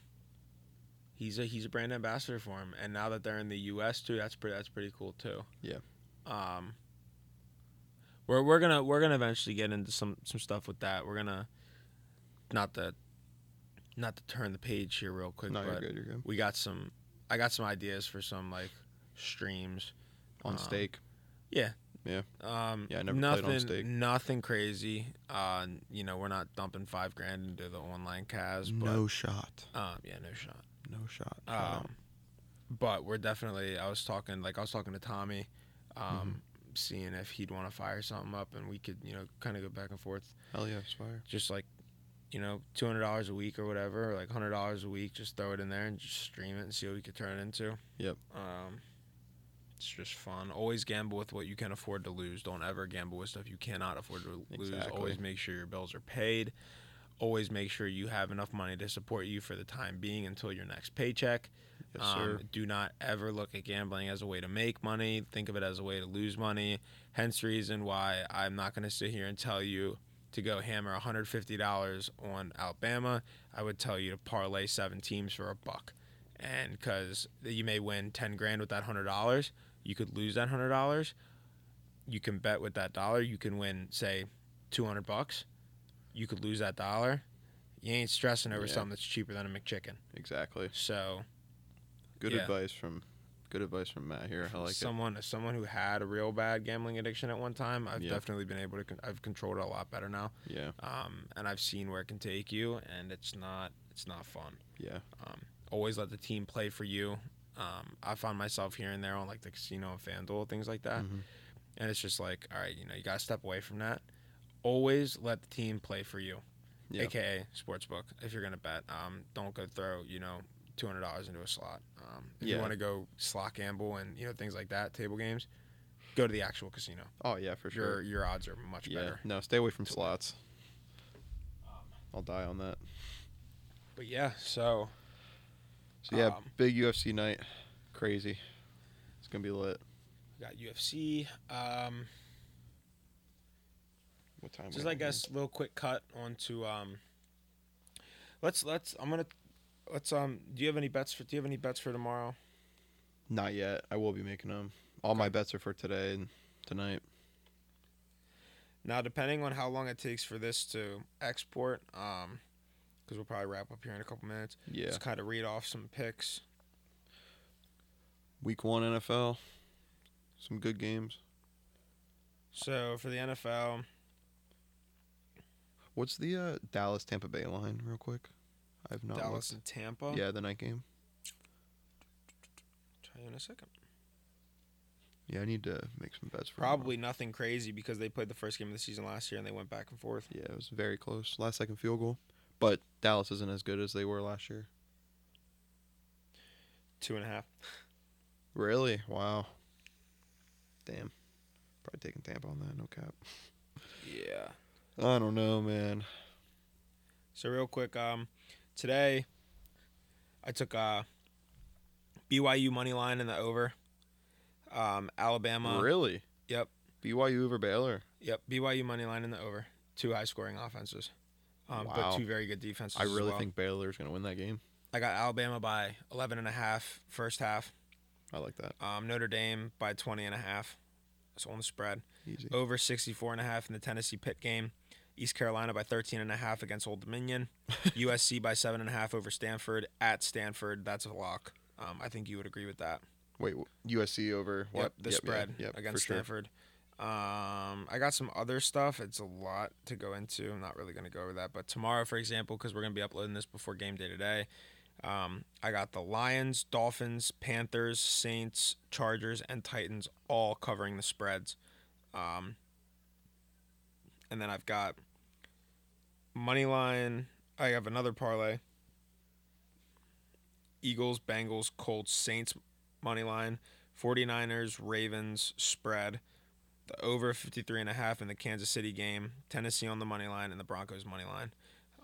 Speaker 1: he's a he's a brand ambassador for him, and now that they're in the U.S. too, that's pretty that's pretty cool too.
Speaker 2: Yeah.
Speaker 1: Um. We're we're gonna we're gonna eventually get into some some stuff with that. We're gonna not to not to turn the page here real quick,
Speaker 2: No, you're
Speaker 1: but
Speaker 2: good. You're good.
Speaker 1: we got some I got some ideas for some like streams.
Speaker 2: On
Speaker 1: Um,
Speaker 2: stake.
Speaker 1: Um,
Speaker 2: Yeah, I never played on
Speaker 1: nothing,
Speaker 2: stake.
Speaker 1: Nothing crazy. Uh, you know, we're not dumping five grand into the online cas, but
Speaker 2: shot.
Speaker 1: um, yeah, no shot.
Speaker 2: No shot.
Speaker 1: Um, but we're definitely. I was talking, like I was talking to Tommy, um,
Speaker 2: Mm-hmm.
Speaker 1: seeing if he'd want to fire something up, and we could, you know, kind of go back and forth,
Speaker 2: Hell yeah, it's fire.
Speaker 1: just like, you know, two hundred dollars a week or whatever, or like hundred dollars a week, just throw it in there and just stream it and see what we could turn it into.
Speaker 2: Yep.
Speaker 1: Um, it's just fun. Always gamble with what you can afford to lose. Don't ever gamble with stuff you cannot afford to lose.
Speaker 2: Exactly.
Speaker 1: Always make sure your bills are paid. Always make sure you have enough money to support you for the time being until your next paycheck.
Speaker 2: Yes,
Speaker 1: Um,
Speaker 2: sir.
Speaker 1: Do not ever look at gambling as a way to make money. Think of it as a way to lose money. Hence, the reason why I'm not going to sit here and tell you to go hammer $150 on Alabama. I would tell you to parlay seven teams for a buck, and because you may win 10 grand with that $100, you could lose that $100. You can bet with that dollar. You can win, say, 200 bucks. You could lose that dollar. You ain't stressing over
Speaker 2: Yeah.
Speaker 1: something that's cheaper than a McChicken.
Speaker 2: Exactly.
Speaker 1: So.
Speaker 2: Good
Speaker 1: yeah.
Speaker 2: advice from good advice from Matt here. I like it.
Speaker 1: someone as someone who had a real bad gambling addiction at one time, I've
Speaker 2: Yeah.
Speaker 1: definitely been able to. Con- I've controlled it a lot better now,
Speaker 2: Yeah.
Speaker 1: um, and I've seen where it can take you, and it's not it's not fun.
Speaker 2: Yeah.
Speaker 1: Um, always let the team play for you. Um, I found myself here and there on like the casino and FanDuel things like that,
Speaker 2: Mhm.
Speaker 1: and it's just like, all right, you know, you gotta step away from that. Always let the team play for you,
Speaker 2: Yeah.
Speaker 1: aka sportsbook. If you're gonna bet, um, don't go throw you know two hundred dollars into a slot. Um, if you
Speaker 2: Yeah.
Speaker 1: want to go slot gamble and you know things like that, table games, go to the actual casino.
Speaker 2: Oh yeah, for
Speaker 1: Your
Speaker 2: sure.
Speaker 1: your odds are much
Speaker 2: yeah.
Speaker 1: better.
Speaker 2: No, stay away from
Speaker 1: To win.
Speaker 2: slots. I'll die on that.
Speaker 1: But yeah, so
Speaker 2: So yeah,
Speaker 1: Um,
Speaker 2: big UFC night. Crazy. It's gonna be lit.
Speaker 1: we got UFC. Um,
Speaker 2: What time? we
Speaker 1: just
Speaker 2: at
Speaker 1: I
Speaker 2: here?
Speaker 1: guess a little quick cut onto um. Let's let's I'm gonna let's um. Do you have any bets for Do you have any bets for tomorrow?
Speaker 2: Not yet. I will be making them. All my bets are for today and tonight.
Speaker 1: Now, depending on how long it takes for this to export, um, because we'll probably wrap up here in a couple minutes.
Speaker 2: Yeah.
Speaker 1: Just kind of read off some picks.
Speaker 2: Week one NFL. Some good games.
Speaker 1: So for the NFL,
Speaker 2: What's the uh, Dallas Tampa Bay line, real quick? I've not
Speaker 1: Dallas
Speaker 2: looked.
Speaker 1: and Tampa.
Speaker 2: Yeah, the night game.
Speaker 1: Tell you in a second.
Speaker 2: Yeah, I need to make some bets. For tomorrow.
Speaker 1: Probably nothing crazy because they played the first game of the season last year and they went back and forth.
Speaker 2: Yeah, it was very close. Last second field goal. But Dallas isn't as good as they were last year.
Speaker 1: Two and a half.
Speaker 2: Really? Wow. Damn. Probably taking Tampa on that, no cap.
Speaker 1: Yeah.
Speaker 2: I don't know, man.
Speaker 1: So real quick, um, today I took uh, BYU money line in the over. Um, Alabama.
Speaker 2: Really?
Speaker 1: Yep.
Speaker 2: BYU over Baylor.
Speaker 1: Yep, BYU money line in the over. Two high scoring offenses, um, but
Speaker 2: Wow.
Speaker 1: two very good defenses.
Speaker 2: I
Speaker 1: as
Speaker 2: really
Speaker 1: well.
Speaker 2: think Baylor's going to win that game.
Speaker 1: I got Alabama by 11 and a half first half.
Speaker 2: I like that.
Speaker 1: Um, Notre Dame by 20 and a half. So on the spread.
Speaker 2: Easy.
Speaker 1: Over 64 and a half in the Tennessee Pitt game. East Carolina by 13 and a half against Old Dominion. USC by seven and a half over Stanford at Stanford. That's a lock. Um, I think you would agree with that.
Speaker 2: Wait, wh- USC over what?
Speaker 1: Yep, the
Speaker 2: Yep, yeah,
Speaker 1: spread
Speaker 2: yep, for
Speaker 1: against
Speaker 2: sure.
Speaker 1: Stanford. Um, I got some other stuff. It's a lot to go into. I'm not really going to go over that. But tomorrow, for example, because we're going to be uploading this before game day today, um, I got the Lions, Dolphins, Panthers, Saints, Chargers, and Titans all covering the spreads. Um, and then I've got money line. I have another parlay. Eagles, Bengals, Colts, Saints money line. 49ers, Ravens spread, the over 53 and a half in the Kansas City game, Tennessee on the money line, and the Broncos money line.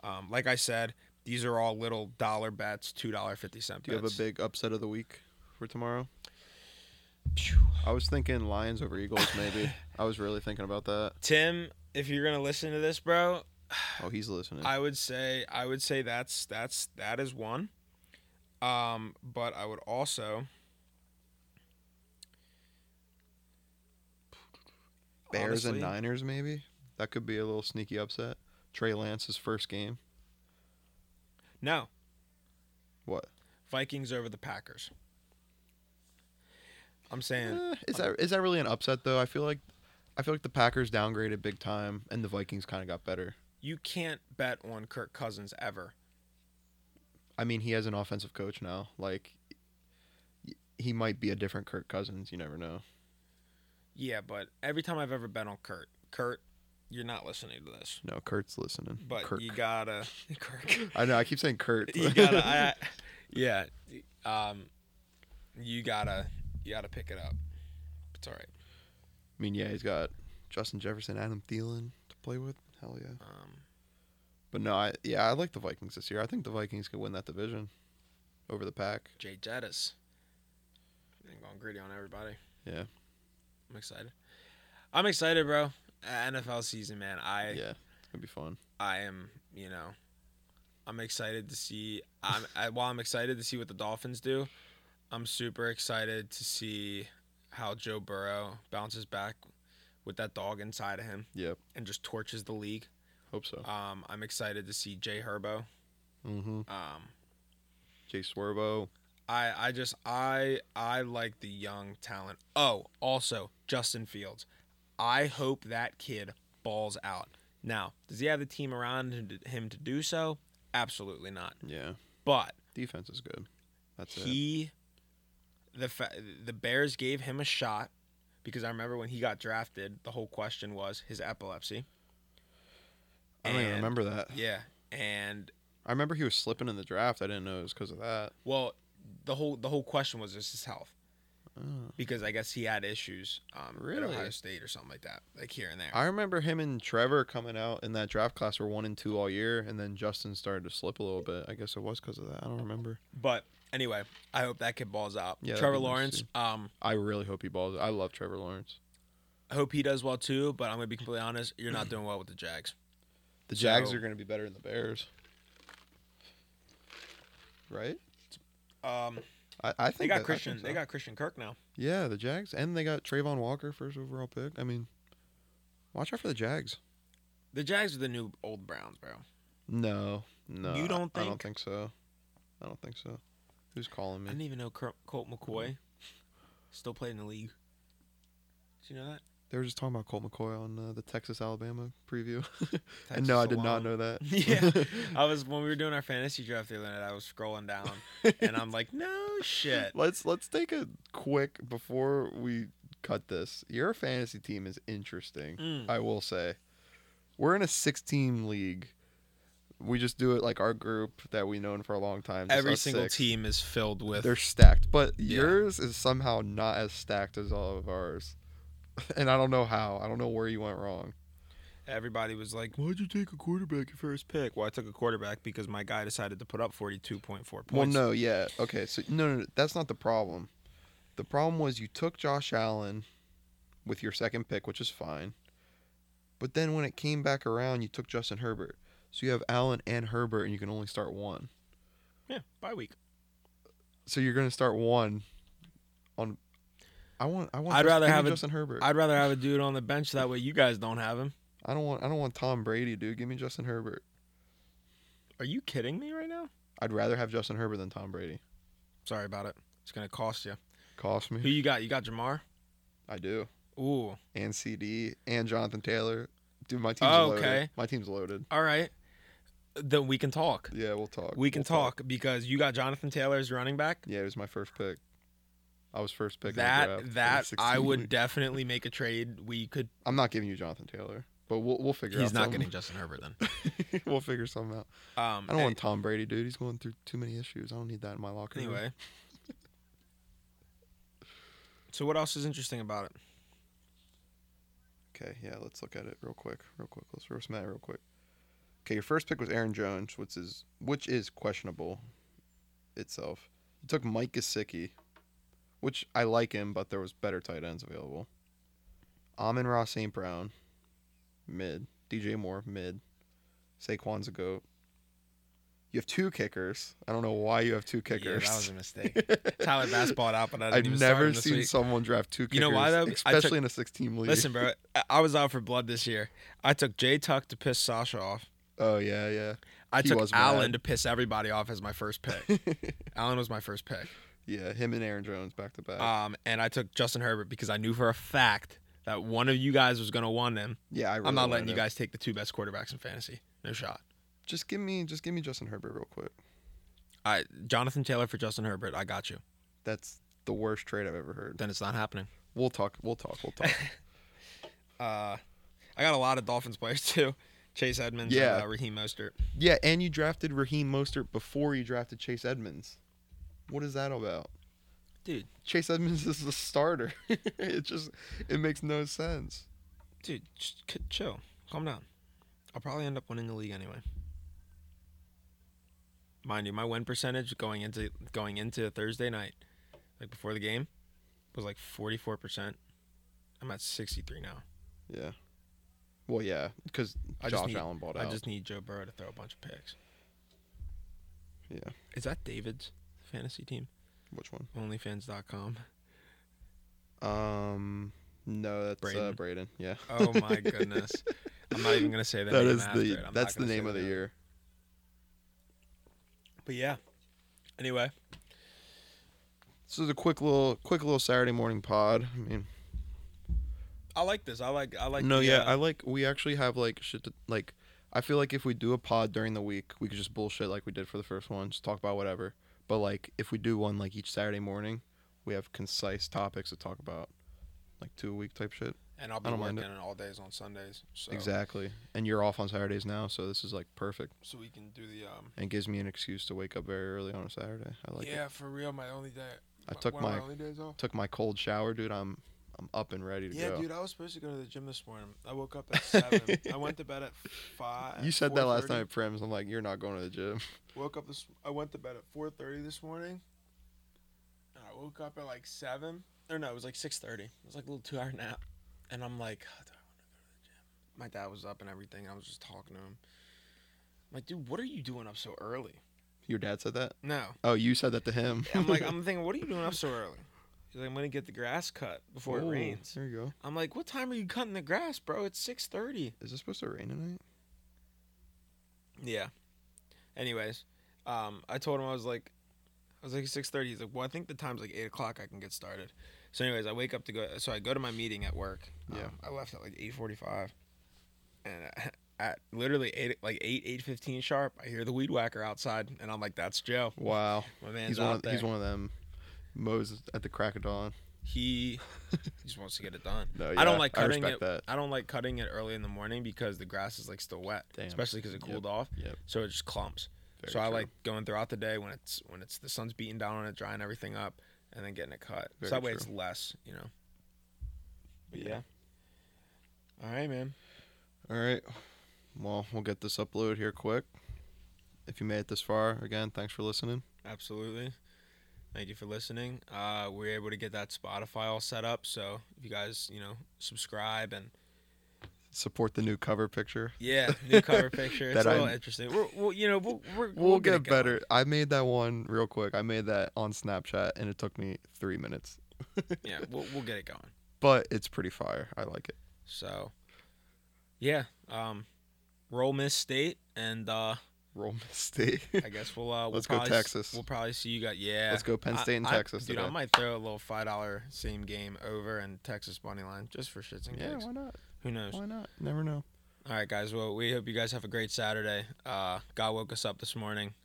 Speaker 1: Um, like I said, these are all little dollar bets, two dollar fifty cent
Speaker 2: Do you have a
Speaker 1: bets.
Speaker 2: big upset of the week for tomorrow? I was thinking Lions over Eagles, maybe. I was really thinking about that.
Speaker 1: Tim, if you're gonna listen to this, bro,
Speaker 2: Oh, he's listening.
Speaker 1: I would say I would say that's that's that is one. Um, but I would also
Speaker 2: Bears and
Speaker 1: honestly,
Speaker 2: Niners, maybe that could be a little sneaky upset. Trey Lance's first game.
Speaker 1: No,
Speaker 2: What
Speaker 1: Vikings over the Packers. I'm saying
Speaker 2: Eh, is that? Is that really an upset though? I feel like, I feel like the Packers downgraded big time, and the Vikings kind of got better.
Speaker 1: you can't bet on Kirk Cousins ever.
Speaker 2: I mean, he has an offensive coach now. Like, y- he might be a different Kirk Cousins. You never know.
Speaker 1: Yeah, but every time I've ever bet on Kurt, Kurt, you're not listening to this.
Speaker 2: No, Kurt's listening.
Speaker 1: But
Speaker 2: Kirk.
Speaker 1: you gotta Kirk.
Speaker 2: I know. I keep saying Kurt.
Speaker 1: you gotta I, yeah um you gotta you gotta pick it up it's all right
Speaker 2: I mean, yeah, he's got Justin Jefferson, Adam Thielen to play with. Hell yeah.
Speaker 1: um
Speaker 2: But no, I yeah, I like the Vikings this year. I think the Vikings could win that division over the pack.
Speaker 1: jay jettis and going gritty on everybody
Speaker 2: Yeah.
Speaker 1: i'm excited i'm excited bro Uh, nfl season man i
Speaker 2: yeah, it'd be fun.
Speaker 1: i am you know i'm excited to see i'm I, while i'm excited to see what the dolphins do i'm super excited to see how joe burrow bounces back with that dog inside of him
Speaker 2: Yep,
Speaker 1: and just torches the league
Speaker 2: hope so.
Speaker 1: Um, I'm excited to see Jay Herbo.
Speaker 2: Mm-hmm.
Speaker 1: Um,
Speaker 2: Jay Swervo.
Speaker 1: I I just I I like the young talent. Oh, also Justin Fields. I hope that kid balls out. Now, does he have the team around him to- him to do so? Absolutely not.
Speaker 2: Yeah,
Speaker 1: But
Speaker 2: defense is good. That's it.
Speaker 1: he the fa- the Bears gave him a shot because I remember when he got drafted, the whole question was his epilepsy.
Speaker 2: I don't even
Speaker 1: and-
Speaker 2: remember that.
Speaker 1: Yeah, and
Speaker 2: I remember he was slipping in the draft. I didn't know it was because of that.
Speaker 1: well, the whole the whole question was just his health.
Speaker 2: Oh.
Speaker 1: because I guess he had issues um, at
Speaker 2: Really?
Speaker 1: Ohio State or something like that, like here and there.
Speaker 2: I remember him and Trevor coming out in that draft class were one and two all year, and then Justin started to slip a little bit. I guess it was because of that. I don't remember.
Speaker 1: but anyway, I hope that kid balls out.
Speaker 2: Yeah, that'd
Speaker 1: Trevor
Speaker 2: be nice to
Speaker 1: Lawrence,
Speaker 2: see.
Speaker 1: um,
Speaker 2: I really hope he balls. I love Trevor Lawrence.
Speaker 1: I hope he does well too. But I'm gonna be completely honest, you're not doing well with the Jags.
Speaker 2: The Jags
Speaker 1: So-
Speaker 2: are going to be better than the Bears, right?
Speaker 1: Um,
Speaker 2: I, I think
Speaker 1: they
Speaker 2: that-
Speaker 1: got
Speaker 2: I think
Speaker 1: Christian. They
Speaker 2: so.
Speaker 1: got Christian Kirk now.
Speaker 2: yeah, the Jags, and they got Trayvon Walker first overall pick. I mean, watch out for the Jags.
Speaker 1: The Jags are the new old Browns, bro.
Speaker 2: No, no,
Speaker 1: You don't
Speaker 2: I, I
Speaker 1: think?
Speaker 2: don't think so. I don't think so. Who's calling
Speaker 1: I
Speaker 2: me?
Speaker 1: didn't even know Col- Colt McCoy still played in the league. Did you know that?
Speaker 2: they were just talking about Colt McCoy on uh, the Texas Alabama preview, and no, I did not know that.
Speaker 1: Yeah. I was when we were doing our fantasy draft the other night. I was scrolling down, and I'm like, no shit.
Speaker 2: Let's let's take a quick before we cut this. Your fantasy team is interesting.
Speaker 1: Mm.
Speaker 2: I will say. We're in a six team league. We just do it like our group that we've known for a long time. just
Speaker 1: Every
Speaker 2: us
Speaker 1: single
Speaker 2: six.
Speaker 1: team is filled with
Speaker 2: They're stacked, but
Speaker 1: Yeah.
Speaker 2: yours is somehow not as stacked as all of ours. And I don't know how. I don't know where you went wrong.
Speaker 1: everybody was like, "Why'd you take a quarterback at first pick?" Well, I took a quarterback because my guy decided to put up forty-two point four
Speaker 2: Well,
Speaker 1: points.
Speaker 2: no, yeah. Okay, so no, no, no, that's not the problem. The problem was you took Josh Allen with your second pick, which is fine. But then when it came back around, you took Justin Herbert. So you have Allen and Herbert, and you can only start one.
Speaker 1: yeah, bye week.
Speaker 2: So you're going to start one on. I want. I want.
Speaker 1: I'd
Speaker 2: Justin,
Speaker 1: rather
Speaker 2: give me
Speaker 1: have a-
Speaker 2: Justin Herbert. I,
Speaker 1: I'd rather have a dude on the bench that way you guys don't have him.
Speaker 2: don't want. I don't want Tom Brady, dude. Give me Justin Herbert.
Speaker 1: Are you kidding me right now?
Speaker 2: I'd rather have Justin Herbert than Tom Brady.
Speaker 1: Sorry about it. It's gonna cost you.
Speaker 2: Cost
Speaker 1: Who
Speaker 2: me.
Speaker 1: you got? You got Jamar.
Speaker 2: I do.
Speaker 1: Ooh,
Speaker 2: And CD and Jonathan Taylor. Dude, my team's
Speaker 1: Oh,
Speaker 2: loaded.
Speaker 1: okay.
Speaker 2: My team's loaded.
Speaker 1: all right. Then we can talk.
Speaker 2: Yeah, we'll talk.
Speaker 1: We can
Speaker 2: We'll
Speaker 1: talk, because you got Jonathan Taylor as running back.
Speaker 2: Yeah, it was my first pick. I was first pick. in the draft in
Speaker 1: That
Speaker 2: the
Speaker 1: that I
Speaker 2: 16.
Speaker 1: would definitely make a trade. We could.
Speaker 2: I'm not giving you Jonathan Taylor, but we'll we'll figure
Speaker 1: He's
Speaker 2: out.
Speaker 1: not getting
Speaker 2: something.
Speaker 1: Justin Herbert then.
Speaker 2: we'll figure something out.
Speaker 1: Um,
Speaker 2: I don't want Tom Brady, dude. He's going through too many issues. I don't need that in my locker room.
Speaker 1: anyway. So what else is interesting about it?
Speaker 2: Okay, yeah, let's look at it real quick, real quick. Let's roast Matt real quick. Okay, your first pick was Aaron Jones, which is which is questionable itself. You took Mike Gesicki, which I like him, but there was better tight ends available. Amon Ross St. Brown, mid. DJ Moore, mid. Saquon's a goat. You have two kickers. I don't know why you have two
Speaker 1: Yeah,
Speaker 2: kickers.
Speaker 1: that was a mistake. Tyler Bass balled out, but I didn't
Speaker 2: I've
Speaker 1: even
Speaker 2: never
Speaker 1: start him this
Speaker 2: seen
Speaker 1: week.
Speaker 2: someone draft two kickers,
Speaker 1: You know why, though? I took-
Speaker 2: especially in a six-team league.
Speaker 1: Listen, bro, I- I was out for blood this year. I took Jay Tuck to piss Sasha off.
Speaker 2: Oh yeah, yeah.
Speaker 1: I
Speaker 2: He
Speaker 1: took
Speaker 2: was mad.
Speaker 1: Allen to piss everybody off as my first pick. Allen was my first pick.
Speaker 2: yeah, him and Aaron Jones back to back.
Speaker 1: Um, and I took Justin Herbert because I knew for a fact that one of you guys was going to want him.
Speaker 2: Yeah, I really
Speaker 1: I'm not letting
Speaker 2: wanted
Speaker 1: you
Speaker 2: him.
Speaker 1: guys take the two best quarterbacks in fantasy. No shot.
Speaker 2: Just give me, just give me Justin Herbert real quick.
Speaker 1: I Jonathan Taylor for Justin Herbert. I got you.
Speaker 2: That's the worst trade I've ever heard.
Speaker 1: Then it's not happening.
Speaker 2: We'll talk. We'll talk. We'll talk.
Speaker 1: Uh, I got a lot of Dolphins players too. Chase Edmonds,
Speaker 2: Yeah.
Speaker 1: and, uh, Raheem Mostert.
Speaker 2: yeah, and you drafted Raheem Mostert before you drafted Chase Edmonds. What is that about?
Speaker 1: Dude.
Speaker 2: Chase Edmonds is the starter. it just it makes no sense.
Speaker 1: Dude, ch- c- chill. Calm down. I'll probably end up winning the league anyway. Mind you, my win percentage going into going into Thursday night, like before the game, was like forty four percent. I'm at sixty three now.
Speaker 2: Yeah. Well, yeah, because
Speaker 1: I just
Speaker 2: Josh
Speaker 1: need-
Speaker 2: Allen bought
Speaker 1: I
Speaker 2: out.
Speaker 1: just need Joe Burrow to throw a bunch of picks.
Speaker 2: Yeah.
Speaker 1: Is that David's fantasy team?
Speaker 2: Which one?
Speaker 1: Onlyfans.com.
Speaker 2: Um, no, that's Braden. Uh,
Speaker 1: Braden.
Speaker 2: Braden. Yeah.
Speaker 1: Oh my goodness. I'm not even gonna say that.
Speaker 2: that
Speaker 1: name
Speaker 2: is
Speaker 1: after it.
Speaker 2: the
Speaker 1: I'm not
Speaker 2: that's the
Speaker 1: gonna say
Speaker 2: name of the
Speaker 1: name.
Speaker 2: year.
Speaker 1: But yeah. Anyway,
Speaker 2: This is a quick little quick little Saturday morning pod. I mean,
Speaker 1: I like this. I like I like.
Speaker 2: no,
Speaker 1: the,
Speaker 2: yeah,
Speaker 1: uh,
Speaker 2: I like. We actually have like shit. To, like, I feel like if we do a pod during the week, we could just bullshit like we did for the first one, just talk about whatever. But like, if we do one like each Saturday morning, we have concise topics to talk about, like two a week type shit.
Speaker 1: and I'll be
Speaker 2: I don't mind
Speaker 1: working all days on Sundays, so
Speaker 2: Exactly. And you're off on Saturdays now, so this is like perfect
Speaker 1: so we can do the um.
Speaker 2: and gives me an excuse to wake up very early on a Saturday. I like it.
Speaker 1: yeah, for real, my only day.
Speaker 2: I took
Speaker 1: one of
Speaker 2: my-
Speaker 1: only days off.
Speaker 2: Took my cold shower, dude. I'm I'm up and ready to
Speaker 1: Yeah,
Speaker 2: go.
Speaker 1: dude, I was supposed to go to the gym this morning. I woke up at seven. I went to bed at five.
Speaker 2: you said that last
Speaker 1: 4:30.
Speaker 2: night at Prims. I'm like, you're not going to the gym.
Speaker 1: Woke up this. I went to bed at four thirty this morning. And I woke up at like seven. Or no, it was like six thirty. It was like a little two hour nap, and I'm like, "Oh, do I want to go to the gym? My dad was up and everything. I was just talking to him. I'm like, dude, what are you doing up so early?
Speaker 2: Your dad said that?
Speaker 1: No,
Speaker 2: Oh, you said that to him.
Speaker 1: I'm like, I'm thinking, what are you doing up so early? He's like, I'm gonna get the grass cut before it
Speaker 2: Ooh,
Speaker 1: rains.
Speaker 2: There you go.
Speaker 1: I'm like, what time are you cutting the grass, bro? It's six thirty.
Speaker 2: Is it supposed to rain tonight?
Speaker 1: Yeah. Anyways, um, I told him I was like, I was like six thirty. He's like, well, I think the time's like eight o'clock. I can get started. So, anyways, I wake up to go. So I go to my meeting at work.
Speaker 2: Yeah.
Speaker 1: Um, I left at like eight forty-five, and at literally eight, like eight eight fifteen sharp, I hear the weed whacker outside, and I'm like, that's Joe.
Speaker 2: Wow.
Speaker 1: My man's
Speaker 2: He's
Speaker 1: out
Speaker 2: one, of,
Speaker 1: there.
Speaker 2: he's one of them. Moses at the crack of dawn.
Speaker 1: He just wants to get it done.
Speaker 2: No,
Speaker 1: I don't
Speaker 2: yeah,
Speaker 1: like
Speaker 2: I
Speaker 1: cutting
Speaker 2: respect
Speaker 1: it.
Speaker 2: that.
Speaker 1: I don't like cutting it early in the morning because the grass is like still wet,
Speaker 2: Damn.
Speaker 1: especially because it
Speaker 2: Yep.
Speaker 1: cooled off.
Speaker 2: Yep.
Speaker 1: So it just clumps.
Speaker 2: Very
Speaker 1: so I
Speaker 2: true.
Speaker 1: like going throughout the day when it's when it's the sun's beating down on it, drying everything up, and then getting it cut. so
Speaker 2: Very
Speaker 1: that way
Speaker 2: true.
Speaker 1: it's less, you know. But yeah.
Speaker 2: Yeah.
Speaker 1: All right, man.
Speaker 2: All right. Well, we'll get this uploaded here quick. If you made it this far, again, thanks for listening.
Speaker 1: Absolutely. Thank you for listening. Uh, we are able to get that Spotify all set up. So if you guys, you know, subscribe and
Speaker 2: Support the new cover picture.
Speaker 1: yeah, new cover picture. It's
Speaker 2: That
Speaker 1: a little
Speaker 2: I'm-
Speaker 1: interesting. We're, we'll, you know, we'll, we're,
Speaker 2: We'll,
Speaker 1: we'll
Speaker 2: get,
Speaker 1: it going.
Speaker 2: better. I made that one real quick. I made that on Snapchat and it took me three minutes.
Speaker 1: yeah, we'll, we'll get it going.
Speaker 2: But it's pretty fire. I like it.
Speaker 1: So, yeah, um, roll Miss State, and uh,
Speaker 2: Roll mistake.
Speaker 1: I guess we'll uh, we'll
Speaker 2: Let's go
Speaker 1: probably s-
Speaker 2: Texas.
Speaker 1: we'll probably see you guys. Yeah,
Speaker 2: Let's go Penn
Speaker 1: I-
Speaker 2: State and
Speaker 1: I-
Speaker 2: Texas
Speaker 1: Dude, I
Speaker 2: today.
Speaker 1: might throw a little five dollar same game over and Texas money line just for shits and
Speaker 2: yeah,
Speaker 1: gigs.
Speaker 2: why not?
Speaker 1: Who knows?
Speaker 2: Why not? Never know.
Speaker 1: All right, guys. Well, we hope you guys have a great Saturday. Uh, God woke us up this morning,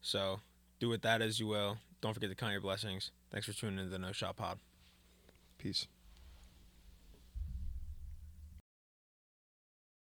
Speaker 1: so do with that as you will. Don't forget to count your blessings. Thanks for tuning into the No Shot Pod.
Speaker 2: Peace.